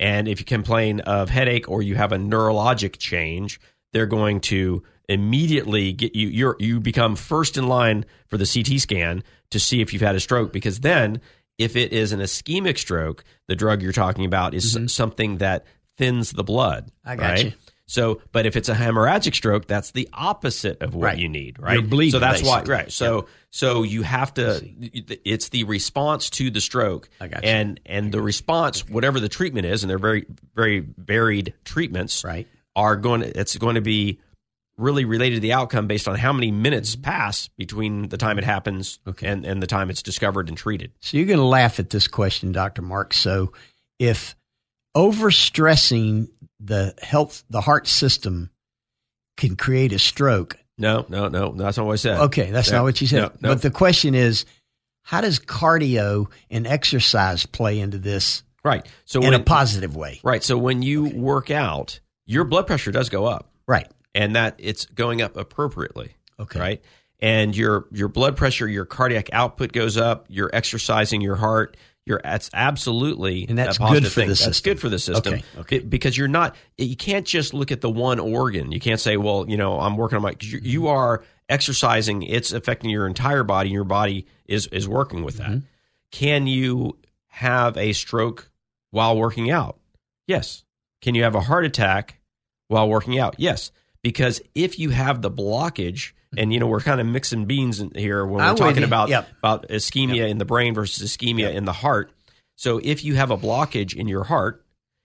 And if you complain of headache or you have a neurologic change, they're going to immediately get you you're, you become first in line for the CT scan to see if you've had a stroke because then if it is an ischemic stroke, the drug you're talking about is something that thins the blood.
I got
right?
you.
So, but if it's a hemorrhagic stroke, that's the opposite of what
Right.
you need, right?
You're bleeding,
so that's why,
basically.
right? So, so you have to. It's the response to the stroke,
I got you.
and and the response, whatever the treatment is, and they're very very varied treatments,
Right.
Are going. To, it's going to be really related to the outcome based on how many minutes pass between the time it happens
Mm-hmm. Okay.
and and the time it's discovered and treated.
So you're going to laugh at this question, Dr. Mark. So if overstressing the health, the heart system can create a stroke.
No, no, no. That's not what I said.
Okay. That's
No,
not what you said.
no, no.
But the question is, how does cardio and exercise play into this
right. So
in
when
a positive way?
right. So when you work out, your blood pressure does go up,
Right.
and that it's going up appropriately.
Okay.
Right. And your your blood pressure, your cardiac output goes up. You're exercising your heart. You're that's absolutely
And that's
a positive
good for
thing.
the
that's
system.
good for the system.
Okay, okay.
Be- because you're not you can't just look at the one organ. You can't say, well, you know, I'm working on my. 'cause You, you
Mm-hmm.
are exercising. It's affecting your entire body. and Your body is is working with that.
Mm-hmm.
Can you have a stroke while working out? Yes. Can you have a heart attack while working out? Yes. Because if you have the blockage, and you know we're kind of mixing beans in here when we're
I'm with
talking
you.
about
Yep.
about ischemia in the brain versus ischemia in the heart. So if you have a blockage in your heart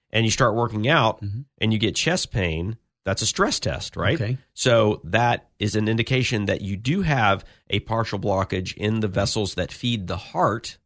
and you start working out and you get chest pain, that's a stress test, right?
Mm-hmm. Okay.
So that is an indication that you do have a partial blockage in the vessels that feed the heart,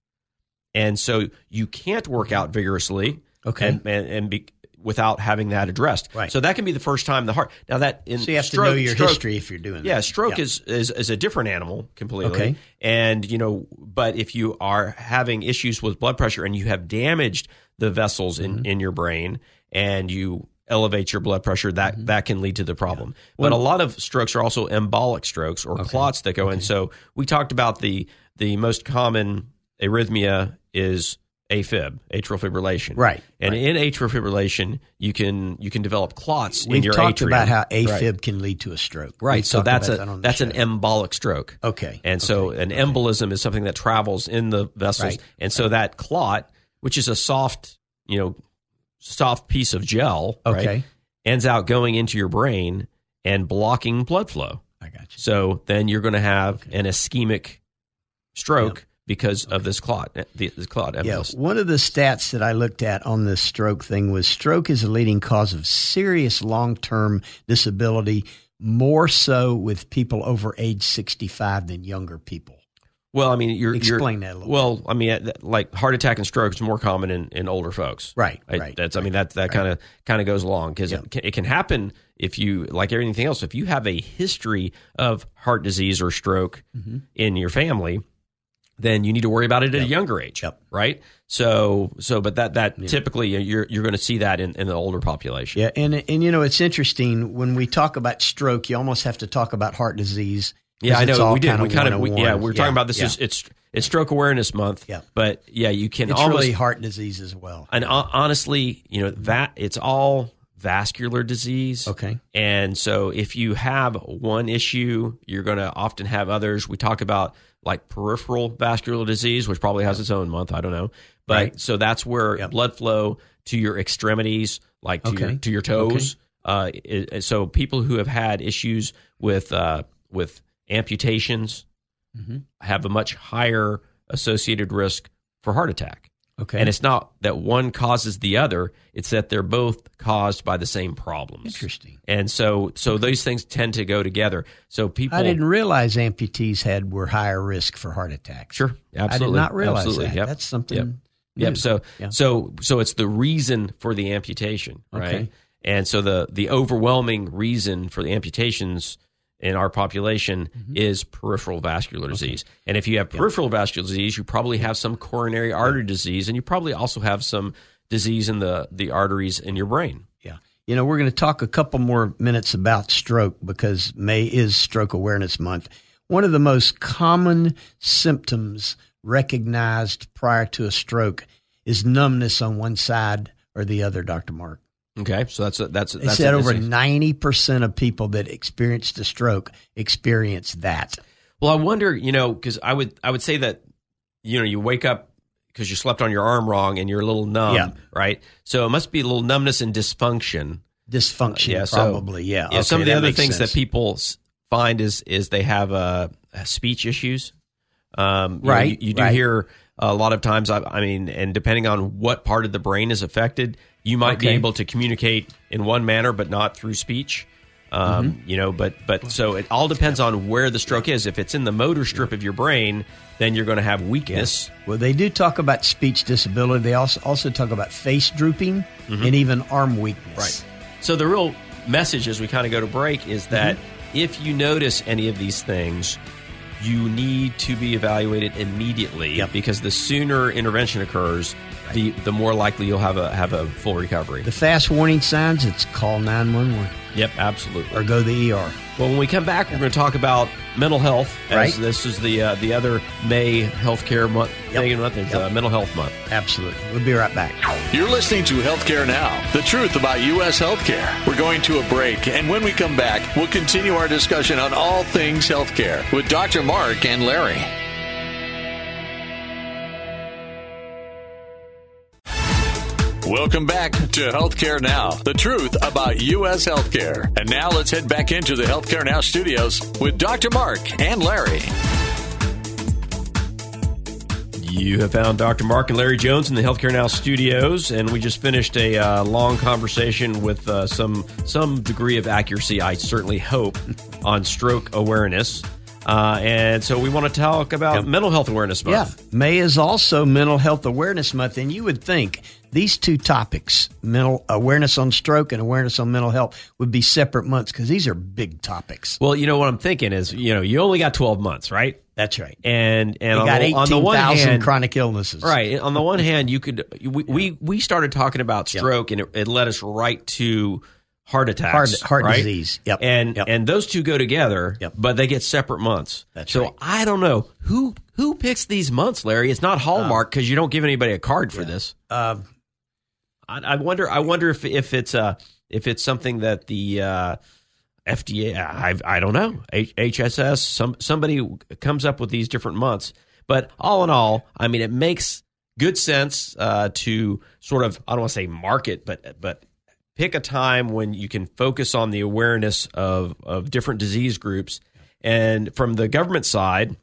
and so you can't work out vigorously.
Okay.
And and, and be, without having that addressed,
Right.
So that can be the first time the heart. Now that in
So you have
stroke-
to know your
stroke-
history if you're doing
yeah,
that.
stroke Is, is is a different animal completely.
Okay.
And you know, but if you are having issues with blood pressure and you have damaged the vessels in,
Mm-hmm.
in your brain and you elevate your blood pressure, that
Mm-hmm.
that can lead to the problem. but a lot of strokes are also embolic strokes or clots that go in. So we talked about the the most common arrhythmia is AFib, atrial fibrillation.
Right,
And in atrial fibrillation, you can you can develop clots in
We've
your
talked
atrium.
about how
Right.
AFib can lead to a stroke.
Right.
We've
So
talked
that's
about
a
that on the
that's
show.
an embolic stroke.
Okay.
And so an embolism is something that travels in the vessels,
Right.
and so that clot, which is a soft, you know, soft piece of gel, right,
Okay.
ends out going into your brain and blocking blood flow.
I got you.
So then you're going to have an ischemic stroke because of this clot, the, this clot
Yeah,
embolism.
one of the stats that I looked at on this stroke thing was stroke is a leading cause of serious long term disability, more so with people over age 65 than younger people.
Well, I mean, you're
Explain
you're,
that a little
Well, I mean, uh, like heart attack and stroke is more common in, in older folks,
Right,
I-
right,
That's I mean that that kind of kind of goes along because it, can- it can happen if you like everything else. If you have a history of heart disease or stroke in your family, then you need to worry about it at a younger age,
Mm-hmm. Yep.
right? So so, but that that typically uh, you're you're going to see that in, in the older population.
Yeah, and and you know it's interesting when we talk about stroke, you almost have to talk about heart disease. 'cause
Yeah, I
it's
know.
all
We did.
kinda
We kind of, we, yeah,
101.
we're talking
Yeah,
about this.
yeah.
Is, it's it's stroke awareness month.
Yeah.
but yeah, you can
it's
almost
really heart disease as well.
and hon- honestly, you know that it's all vascular disease.
Okay.
And so if you have one issue, you're going to often have others. We talk about like peripheral vascular disease, which probably has its own month. I don't know. But
Right.
so that's where blood flow to your extremities, like to, your,
Okay.
to your toes. Uh, i- i- so people who have had issues with uh, with amputations
Mm-hmm.
have a much higher associated risk for heart attack.
Okay,
And it's not that one causes the other, it's that they're both caused by the same problems.
Interesting.
And so so those things tend to go together. So people
I didn't realize amputees had were higher risk for heart attacks.
Sure. Absolutely.
I did not realize
Absolutely.
that.
Yep.
That's something.
Yep.
new.
Yep. So
Yeah.
so so it's the reason for the amputation, right?
Okay.
And so the the overwhelming reason for the amputations in our population
Mm-hmm.
is peripheral vascular disease. And if you have peripheral vascular disease, you probably have some coronary artery disease, and you probably also have some disease in the the arteries in your brain.
Yeah. You know, we're going to talk a couple more minutes about stroke because May is Stroke Awareness Month. One of the most common symptoms recognized prior to a stroke is numbness on one side or the other, Dr. Mark.
Okay, so that's a, that's
They
that's
said
a-
over
that's a-
90% of people that experienced a stroke experience that.
Well, I wonder, you know, because I would I would say that you know you wake up because you slept on your arm wrong and you're a little numb,
Yeah.
right? So it must be a little numbness and dysfunction
dysfunction,
Yeah, so-
probably. yeah.
Yeah, some
Okay,
of the
that
other
makes
things
sense.
that people s- find is is they have uh, speech issues. Um, you know,
Right,
you, you do
right.
hear a lot of times. I, I mean, and depending on what part of the brain is affected, you might be
Okay.
able to communicate in one manner, but not through speech. Um,
Mm-hmm.
You know, but but so it all depends on where the stroke is. If it's in the motor strip of your brain, then you're going to have weakness.
Well, they do talk about speech disability. They also also talk about face drooping and even arm weakness.
Mm-hmm. Right. So the real message as we kind of go to break is that
Mm-hmm.
if you notice any of these things, you need to be evaluated immediately
Yep.
because the sooner intervention occurs, the the more likely you'll have a have a full recovery.
The fast warning signs, it's call 911
Yep, absolutely.
or go to the ER.
Well, when we come back, we're going to talk about mental health. As
Right.
This is the uh, the other May healthcare month.
Yep.
Megan month is uh,
Yep.
mental health month.
Absolutely. We'll be right back.
You're listening to Healthcare Now, the truth about U.S. healthcare. We're going to a break, and when we come back, we'll continue our discussion on all things healthcare with Dr. Mark and Larry. Welcome back to Healthcare Now, the truth about U.S. healthcare. And now let's head back into the Healthcare Now studios with Dr. Mark and Larry.
You have found Dr. Mark and Larry Jones in the Healthcare Now studios, and we just finished a uh, long conversation with uh, some some degree of accuracy, I certainly hope, on stroke awareness. Uh, and so we want to talk about mental health awareness month.
Yeah. May is also Mental Health Awareness Month. And you would think these two topics, mental awareness on stroke and awareness on mental health, would be separate months because these are big topics.
Well, you know what I'm thinking is, you know, you only got 12 months, right?
That's right.
And and
We
on,
got
the, on the one
18,000
hand,
chronic illnesses.
Right. On the one hand, you could we we, we started talking about stroke, and it, it led us right to heart attacks,
Heart- heart
right?
disease. Yep.
And
Yep.
and those two go together,
Yep.
but they get separate months.
That's
so
right.
I don't know who who picks these months, Larry. It's not Hallmark because you don't give anybody a card for this.
Uh,
I, I wonder. I wonder if if it's uh if it's something that the. Uh, FDA, I, I don't know, H- HSS, some somebody comes up with these different months. But all in all, I mean, it makes good sense uh, to sort of I don't want to say market, but but pick a time when you can focus on the awareness of of different disease groups. And from the government side,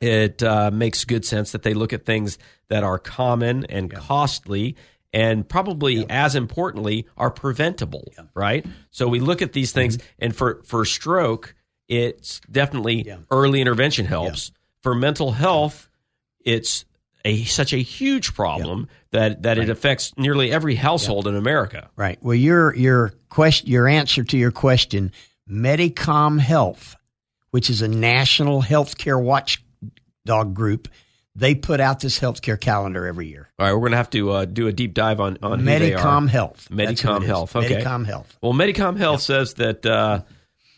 it uh, makes good sense that they look at things that are common and costly and probably as importantly are preventable right so we look at these things and for for stroke it's definitely early intervention helps for mental health it's a such a huge problem that that it affects nearly every household in america
Right. Well, your your question, your answer to your question, Medicom Health, which is a national healthcare watchdog group, they put out this healthcare calendar every year.
all right we're going to have to uh, do a deep dive on on who they are.
Medicom Health. That's who
Medicom
it is.
Health, okay.
Medicom Health.
Well, Medicom Health says that uh,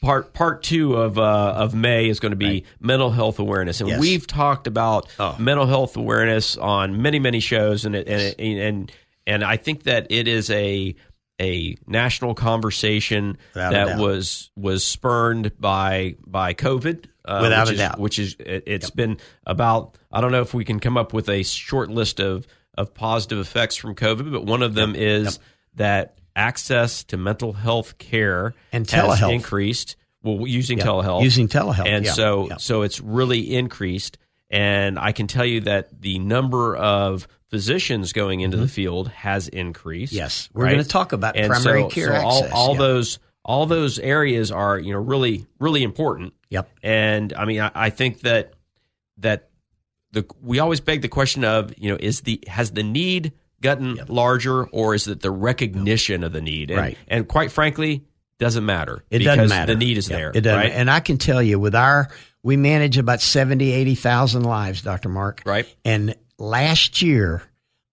part part two of uh, of May is going to be mental health awareness, and
Yes.
we've talked about
Oh.
mental health awareness on many many shows, and it, and, it, and and I think that it is a a national conversation
Without a
that
doubt.
was was spurned by by COVID. Uh,
Without
which
a
is-
doubt.
which is it, has been about. I don't know if we can come up with a short list of of positive effects from COVID, but one of them is that access to mental health care
And
has
telehealth.
increased. Well, using telehealth,
Using telehealth,
and
yeah,
so
yeah.
so it's really increased. And I can tell you that the number of physicians going into the field has increased.
Mm-hmm. Yes. We're gonna talk about
And
primary
so-
care
so all,
access,
all
yeah.
those all those areas are you know really really important.
Yep.
And I mean, I, I think that that the we always beg the question of you know is the has the need gotten larger or is it the recognition of the need? And,
Right.
And quite frankly, doesn't matter.
It
because
doesn't matter.
The need is
Yeah,
there.
It doesn't.
Right.
And I can tell you, with our, we manage about 70, 80,000 lives, Dr. Mark.
Right.
And last year,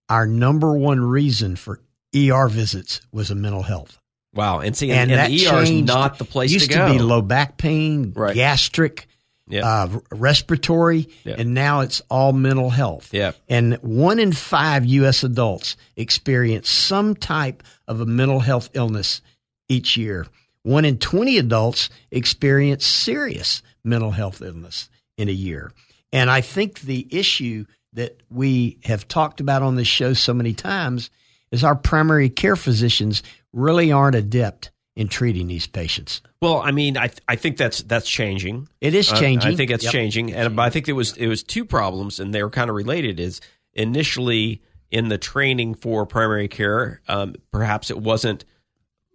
our number one reason for ER visits was a mental health.
wow. And see,
And,
and,
that
and the ER is
changed.
not the place
Used
to go.
be low back pain,
Right.
gastric,
Yeah.
uh, respiratory,
Yeah.
and now it's all mental health.
Yeah.
And one in five U.S. adults experience some type of a mental health illness each year. One in 20 adults experience serious mental health illness in a year. And I think the issue that we have talked about on this show so many times is our primary care physicians really aren't adept in treating these patients.
Well, I mean, I th- I think that's that's changing.
It is
Uh,
changing.
I think it's
Yep.
changing, and I think it was it was two problems, and they were kind of related. Is initially in the training for primary care, um, perhaps it wasn't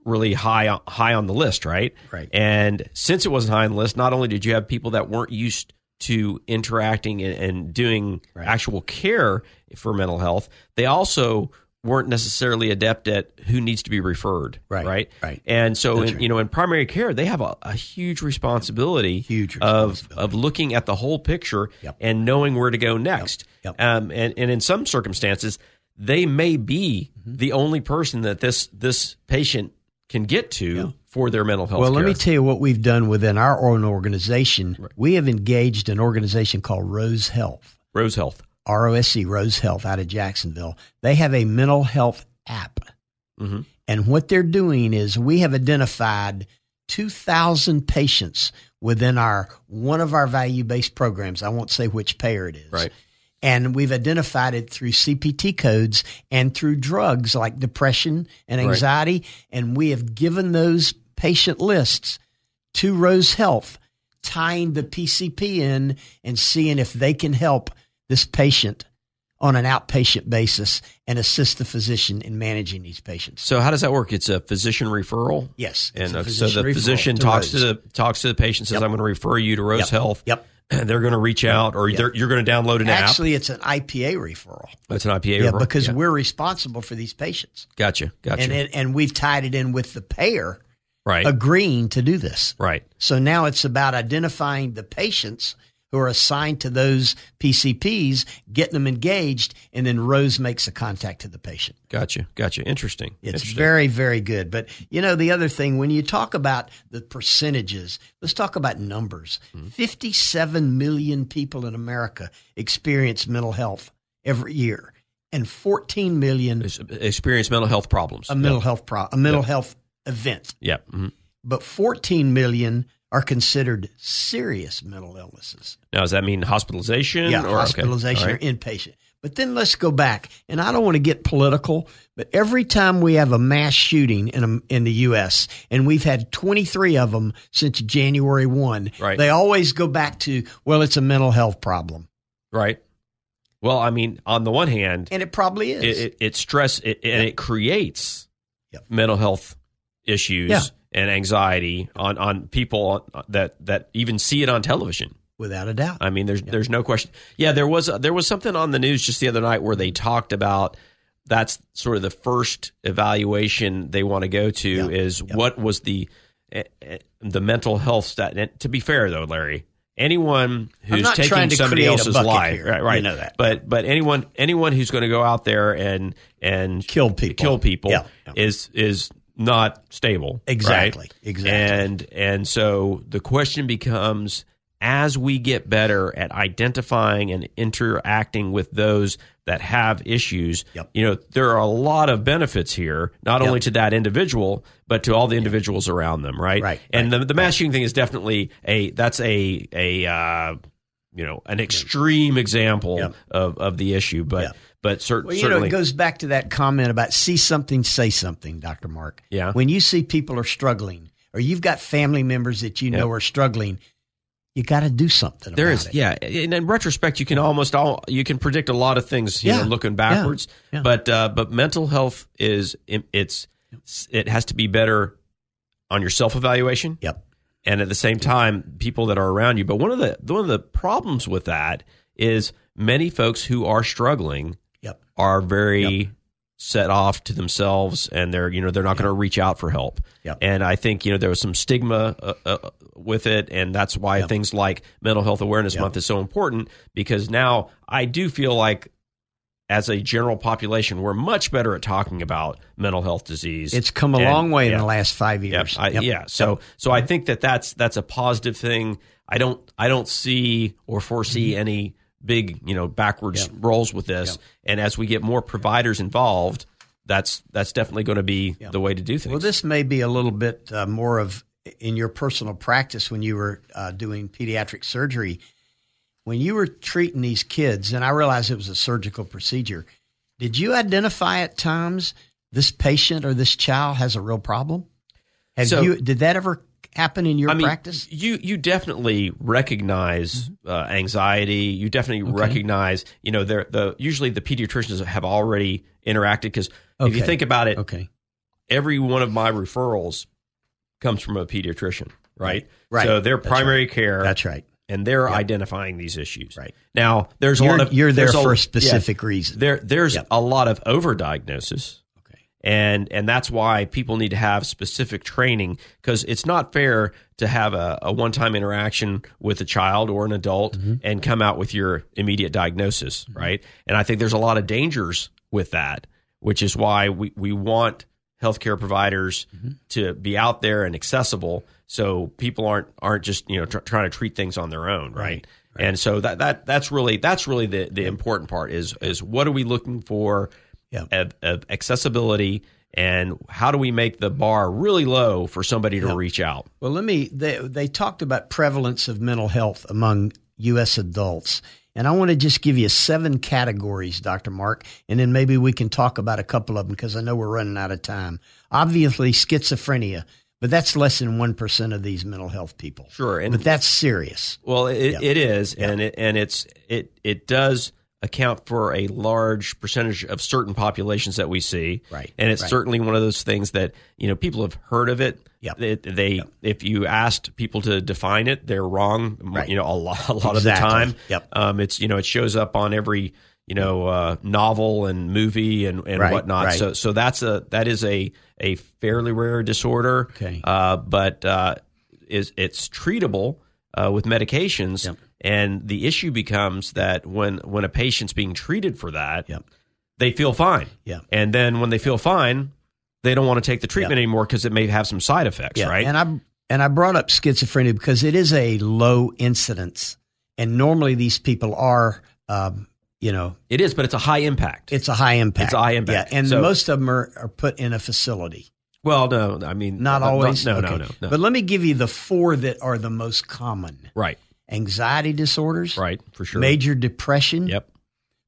really high on- high on the list, right?
Right.
And since it wasn't high on the list, not only did you have people that weren't used to interacting and, and doing actual care for mental health, they also weren't necessarily adept at who needs to be referred.
Right,
Right.
right.
And so,
That's
in,
right.
you know, in primary care, they have a, a huge responsibility,
Huge
of of looking at the whole picture
Yep.
and knowing where to go next.
Yep.
Um, and and in some circumstances, they may be
Mm-hmm.
the only person that this this patient can get to for their mental health.
Well, let
care.
me tell you what we've done within our own organization. We have engaged an organization called Rose Health,
Rose Health.
R O S E Rose Health out of Jacksonville. They have a mental health app.
Mhm.
And what they're doing is we have identified 2,000 patients within our one of our value based programs. I won't say which payer it is.
Right.
And we've identified it through CPT codes and through drugs like depression and
Right.
anxiety. And we have given those patient lists to Rose Health, tying the PCP in and seeing if they can help this patient on an outpatient basis and assist the physician in managing these patients.
So how does that work? It's a physician referral.
Yes. it's
And
a
uh, so
physician
the
referral
physician
to
talks to
Rose.
the talks to the patient, says, "I'm going to refer you to Rose
Yep.
Health."
Yep.
They're going to reach out, or they're you're going to download an app.
Actually, it's an IPA referral.
That's an IPA.
Yeah,
referral.
because
Yeah.
we're responsible for these patients.
gotcha, gotcha.
And, it, and we've tied it in with the payer
right,
agreeing to do this.
right.
So now it's about identifying the patients who are assigned to those PCPs, getting them engaged, and then Rose makes a contact to the patient.
Gotcha, gotcha. Interesting.
It's
Interesting.
very, very good. But you know, the other thing, when you talk about the percentages, let's talk about numbers. 57 million people in America experience mental health every year, and 14 million
Ex- experience mental health problems.
a mental health pro- a mental health event.
yeah. mhm.
But 14 million are considered serious mental illnesses.
Now, does that mean hospitalization?
yeah,
or, okay.
hospitalization
All right.
or inpatient. But then let's go back, and I don't want to get political, but every time we have a mass shooting in in the U.S. and we've had 23 of them since January one,
Right.
they always go back to well, it's a mental health problem,
Right. Well, I mean, on the one hand,
and it probably is.
it, it, it stress it, and it creates
Yep.
mental health issues
Yeah.
and anxiety on on people on, that that even see it on television.
without a doubt.
I mean, there's there's no question. Yeah, there was uh, there was something on the news just the other night where they talked about that's sort of the first evaluation they want to go to
Yeah,
is what was the eh, eh, the mental health stat. And to be fair though, Larry, anyone who's
not trying
taking
to
somebody
create a
else's
bucket
life,
here.
right, right,
You know that.
But but anyone anyone who's going to go out there and and
Kill people.
kill people
Yeah, yeah.
is is not stable. right?
Exactly, exactly.
And and so the question becomes as we get better at identifying and interacting with those that have issues,
Yep.
you know, there are a lot of benefits here, not only to that individual, but to all the individuals around them, right?
Right,
And the the mass shooting thing is definitely a that's a a uh, you know, an extreme example
Yep.
of, of the issue, but
Yeah.
but cer-
Well, you know,
certainly
it goes back to that comment about see something, say something, Dr. Mark.
Yeah.
When you see people are struggling, or you've got family members that you know are struggling, you got to do something
There
about
is,
it.
yeah. And in retrospect, you can almost all you can predict a lot of things. You
Yeah,
know, looking
yeah,
backwards,
yeah.
but uh, but mental health is it's it has to be better on your self evaluation
Yep.
and at the same time people that are around you. But one of the one of the problems with that is many folks who are struggling
Yep.
are very set off to themselves and they're you know they're not going to reach out for help
Yep.
and i think you know there was some stigma uh, uh, with it and that's why things like mental health awareness month is so important because now i do feel like as a general population we're much better at talking about mental health disease
It's come a
And-
long way in
yeah.
the last five
Yep.
years.
I,
Yep.
Yeah. So so I think that that's that's a positive thing. I don't I don't see or foresee
Mm-hmm.
any big you know backwards rolls with this. And as we get more providers involved, that's that's definitely going to be the way to do things.
Well, this may be a little bit uh, more of in your personal practice when you were uh, doing pediatric surgery. When you were treating these kids, and I realized it was a surgical procedure, Did you identify at times this patient or this child has a real problem? Have
So-
you? Did that ever happen in your
I mean,
practice? Mm-hmm.
You you definitely recognize uh, anxiety. You definitely recognize you know they're the usually the pediatricians have already interacted because if you
Okay.
think about it,
Okay.
every one of my referrals comes from a pediatrician, right?
Right.
So they're
That's
primary care.
That's right.
and they're identifying these issues.
Right.
Now, there's a
You're,
lot of
you're there
there's a-
for a
yeah.
specific reason.
there there's
Yep.
a lot of overdiagnosis
Okay.
and and that's why people need to have specific training because it's not fair to have a, a one-time interaction with a child or an adult and come out with your immediate diagnosis right and i think there's a lot of dangers with that which is why we, we want healthcare providers to be out there and accessible so people aren't aren't just you know tr- trying to treat things on their own right, and so that that that's really that's really the the important part is is what are we looking for
Yeah.
of, of accessibility and how do we make the bar really low for somebody to reach out?
Well, let me. They, they talked about prevalence of mental health among U.S. adults, and I want to just give you seven categories, Doctor Mark, and then maybe we can talk about a couple of them because I know we're running out of time. Obviously, schizophrenia, but that's less than one percent of these mental health people.
Sure, and-
but that's serious.
Well, it, it is, and it, and it's it it does account for a large percentage of certain populations that we see,
Right,
And it's
right.
certainly one of those things that you know people have heard of it.
Yep.
They, they if you asked people to define it, they're wrong.
Right.
You know, a lot a lot
Exactly.
of the time.
Yep.
Um, it's you know it shows up on every you know uh, novel and movie and and
Right,
whatnot.
right.
So so that's a that is a a fairly rare disorder.
Okay.
Uh, but uh, is it's treatable uh, with medications,
Yep.
and the issue becomes that when when a patient's being treated for that,
Yep.
they feel fine.
Yeah.
And then when they feel fine, they don't want to take the treatment anymore because it may have some side effects, right?
And I and I brought up schizophrenia because it is a low incidence, and normally these people are, um, you know,
it is, but it's a high impact.
it's a high impact.
It's a high impact.
Yeah, and
So-
most of them are, are put in a facility.
well, no, I mean,
Not
no,
always.
No, no,
Okay.
no, no.
But let me give you the four that are the most common:
right,
anxiety disorders,
right, for sure.
major depression,
Yep.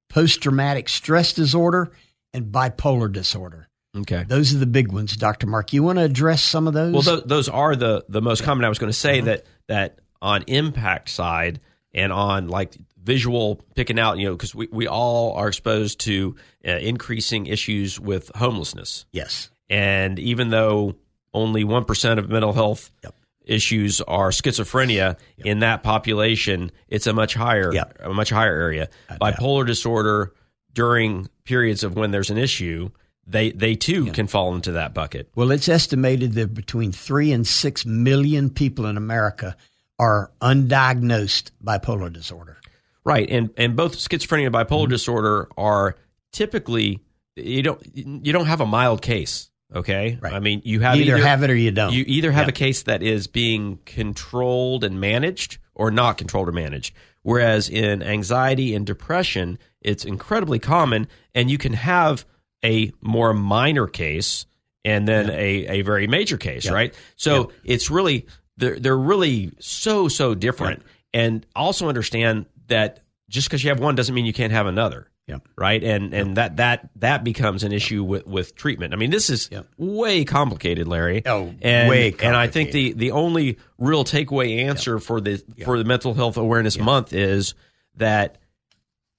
post-traumatic stress disorder, and bipolar disorder.
Okay.
Those are the big ones, Doctor Mark. You want to address some of those?
Well, those, those are the the most common. I was going to say that that on impact side and on like visual picking out, you know, because we, we all are exposed to uh, increasing issues with homelessness,
yes.
and even though only one percent of mental health.
Yep.
Issues are schizophrenia in that population. It's a much higher,
Yep.
a much higher area. Bipolar disorder during periods of when there's an issue, they they too can fall into that bucket.
Well, it's estimated that between three and six million people in America are undiagnosed bipolar disorder.
Right, and and both schizophrenia and bipolar
Mm-hmm.
disorder are typically you don't you don't have a mild case. Okay,
Right.
I mean you have
You
either,
either have it or you don't.
You either have a case that is being controlled and managed, or not controlled or managed. Whereas in anxiety and depression, it's incredibly common, and you can have a more minor case and then a, a very major case, right? So it's really they're they're really so so different, and also understand that just because you have one doesn't mean you can't have another.
Yep.
Right. And and that that that becomes an issue with with treatment. I mean, this is
Yep.
way complicated, Larry.
Oh,
and,
way
And I think the the only real takeaway answer for the for the Mental Health Awareness Month is that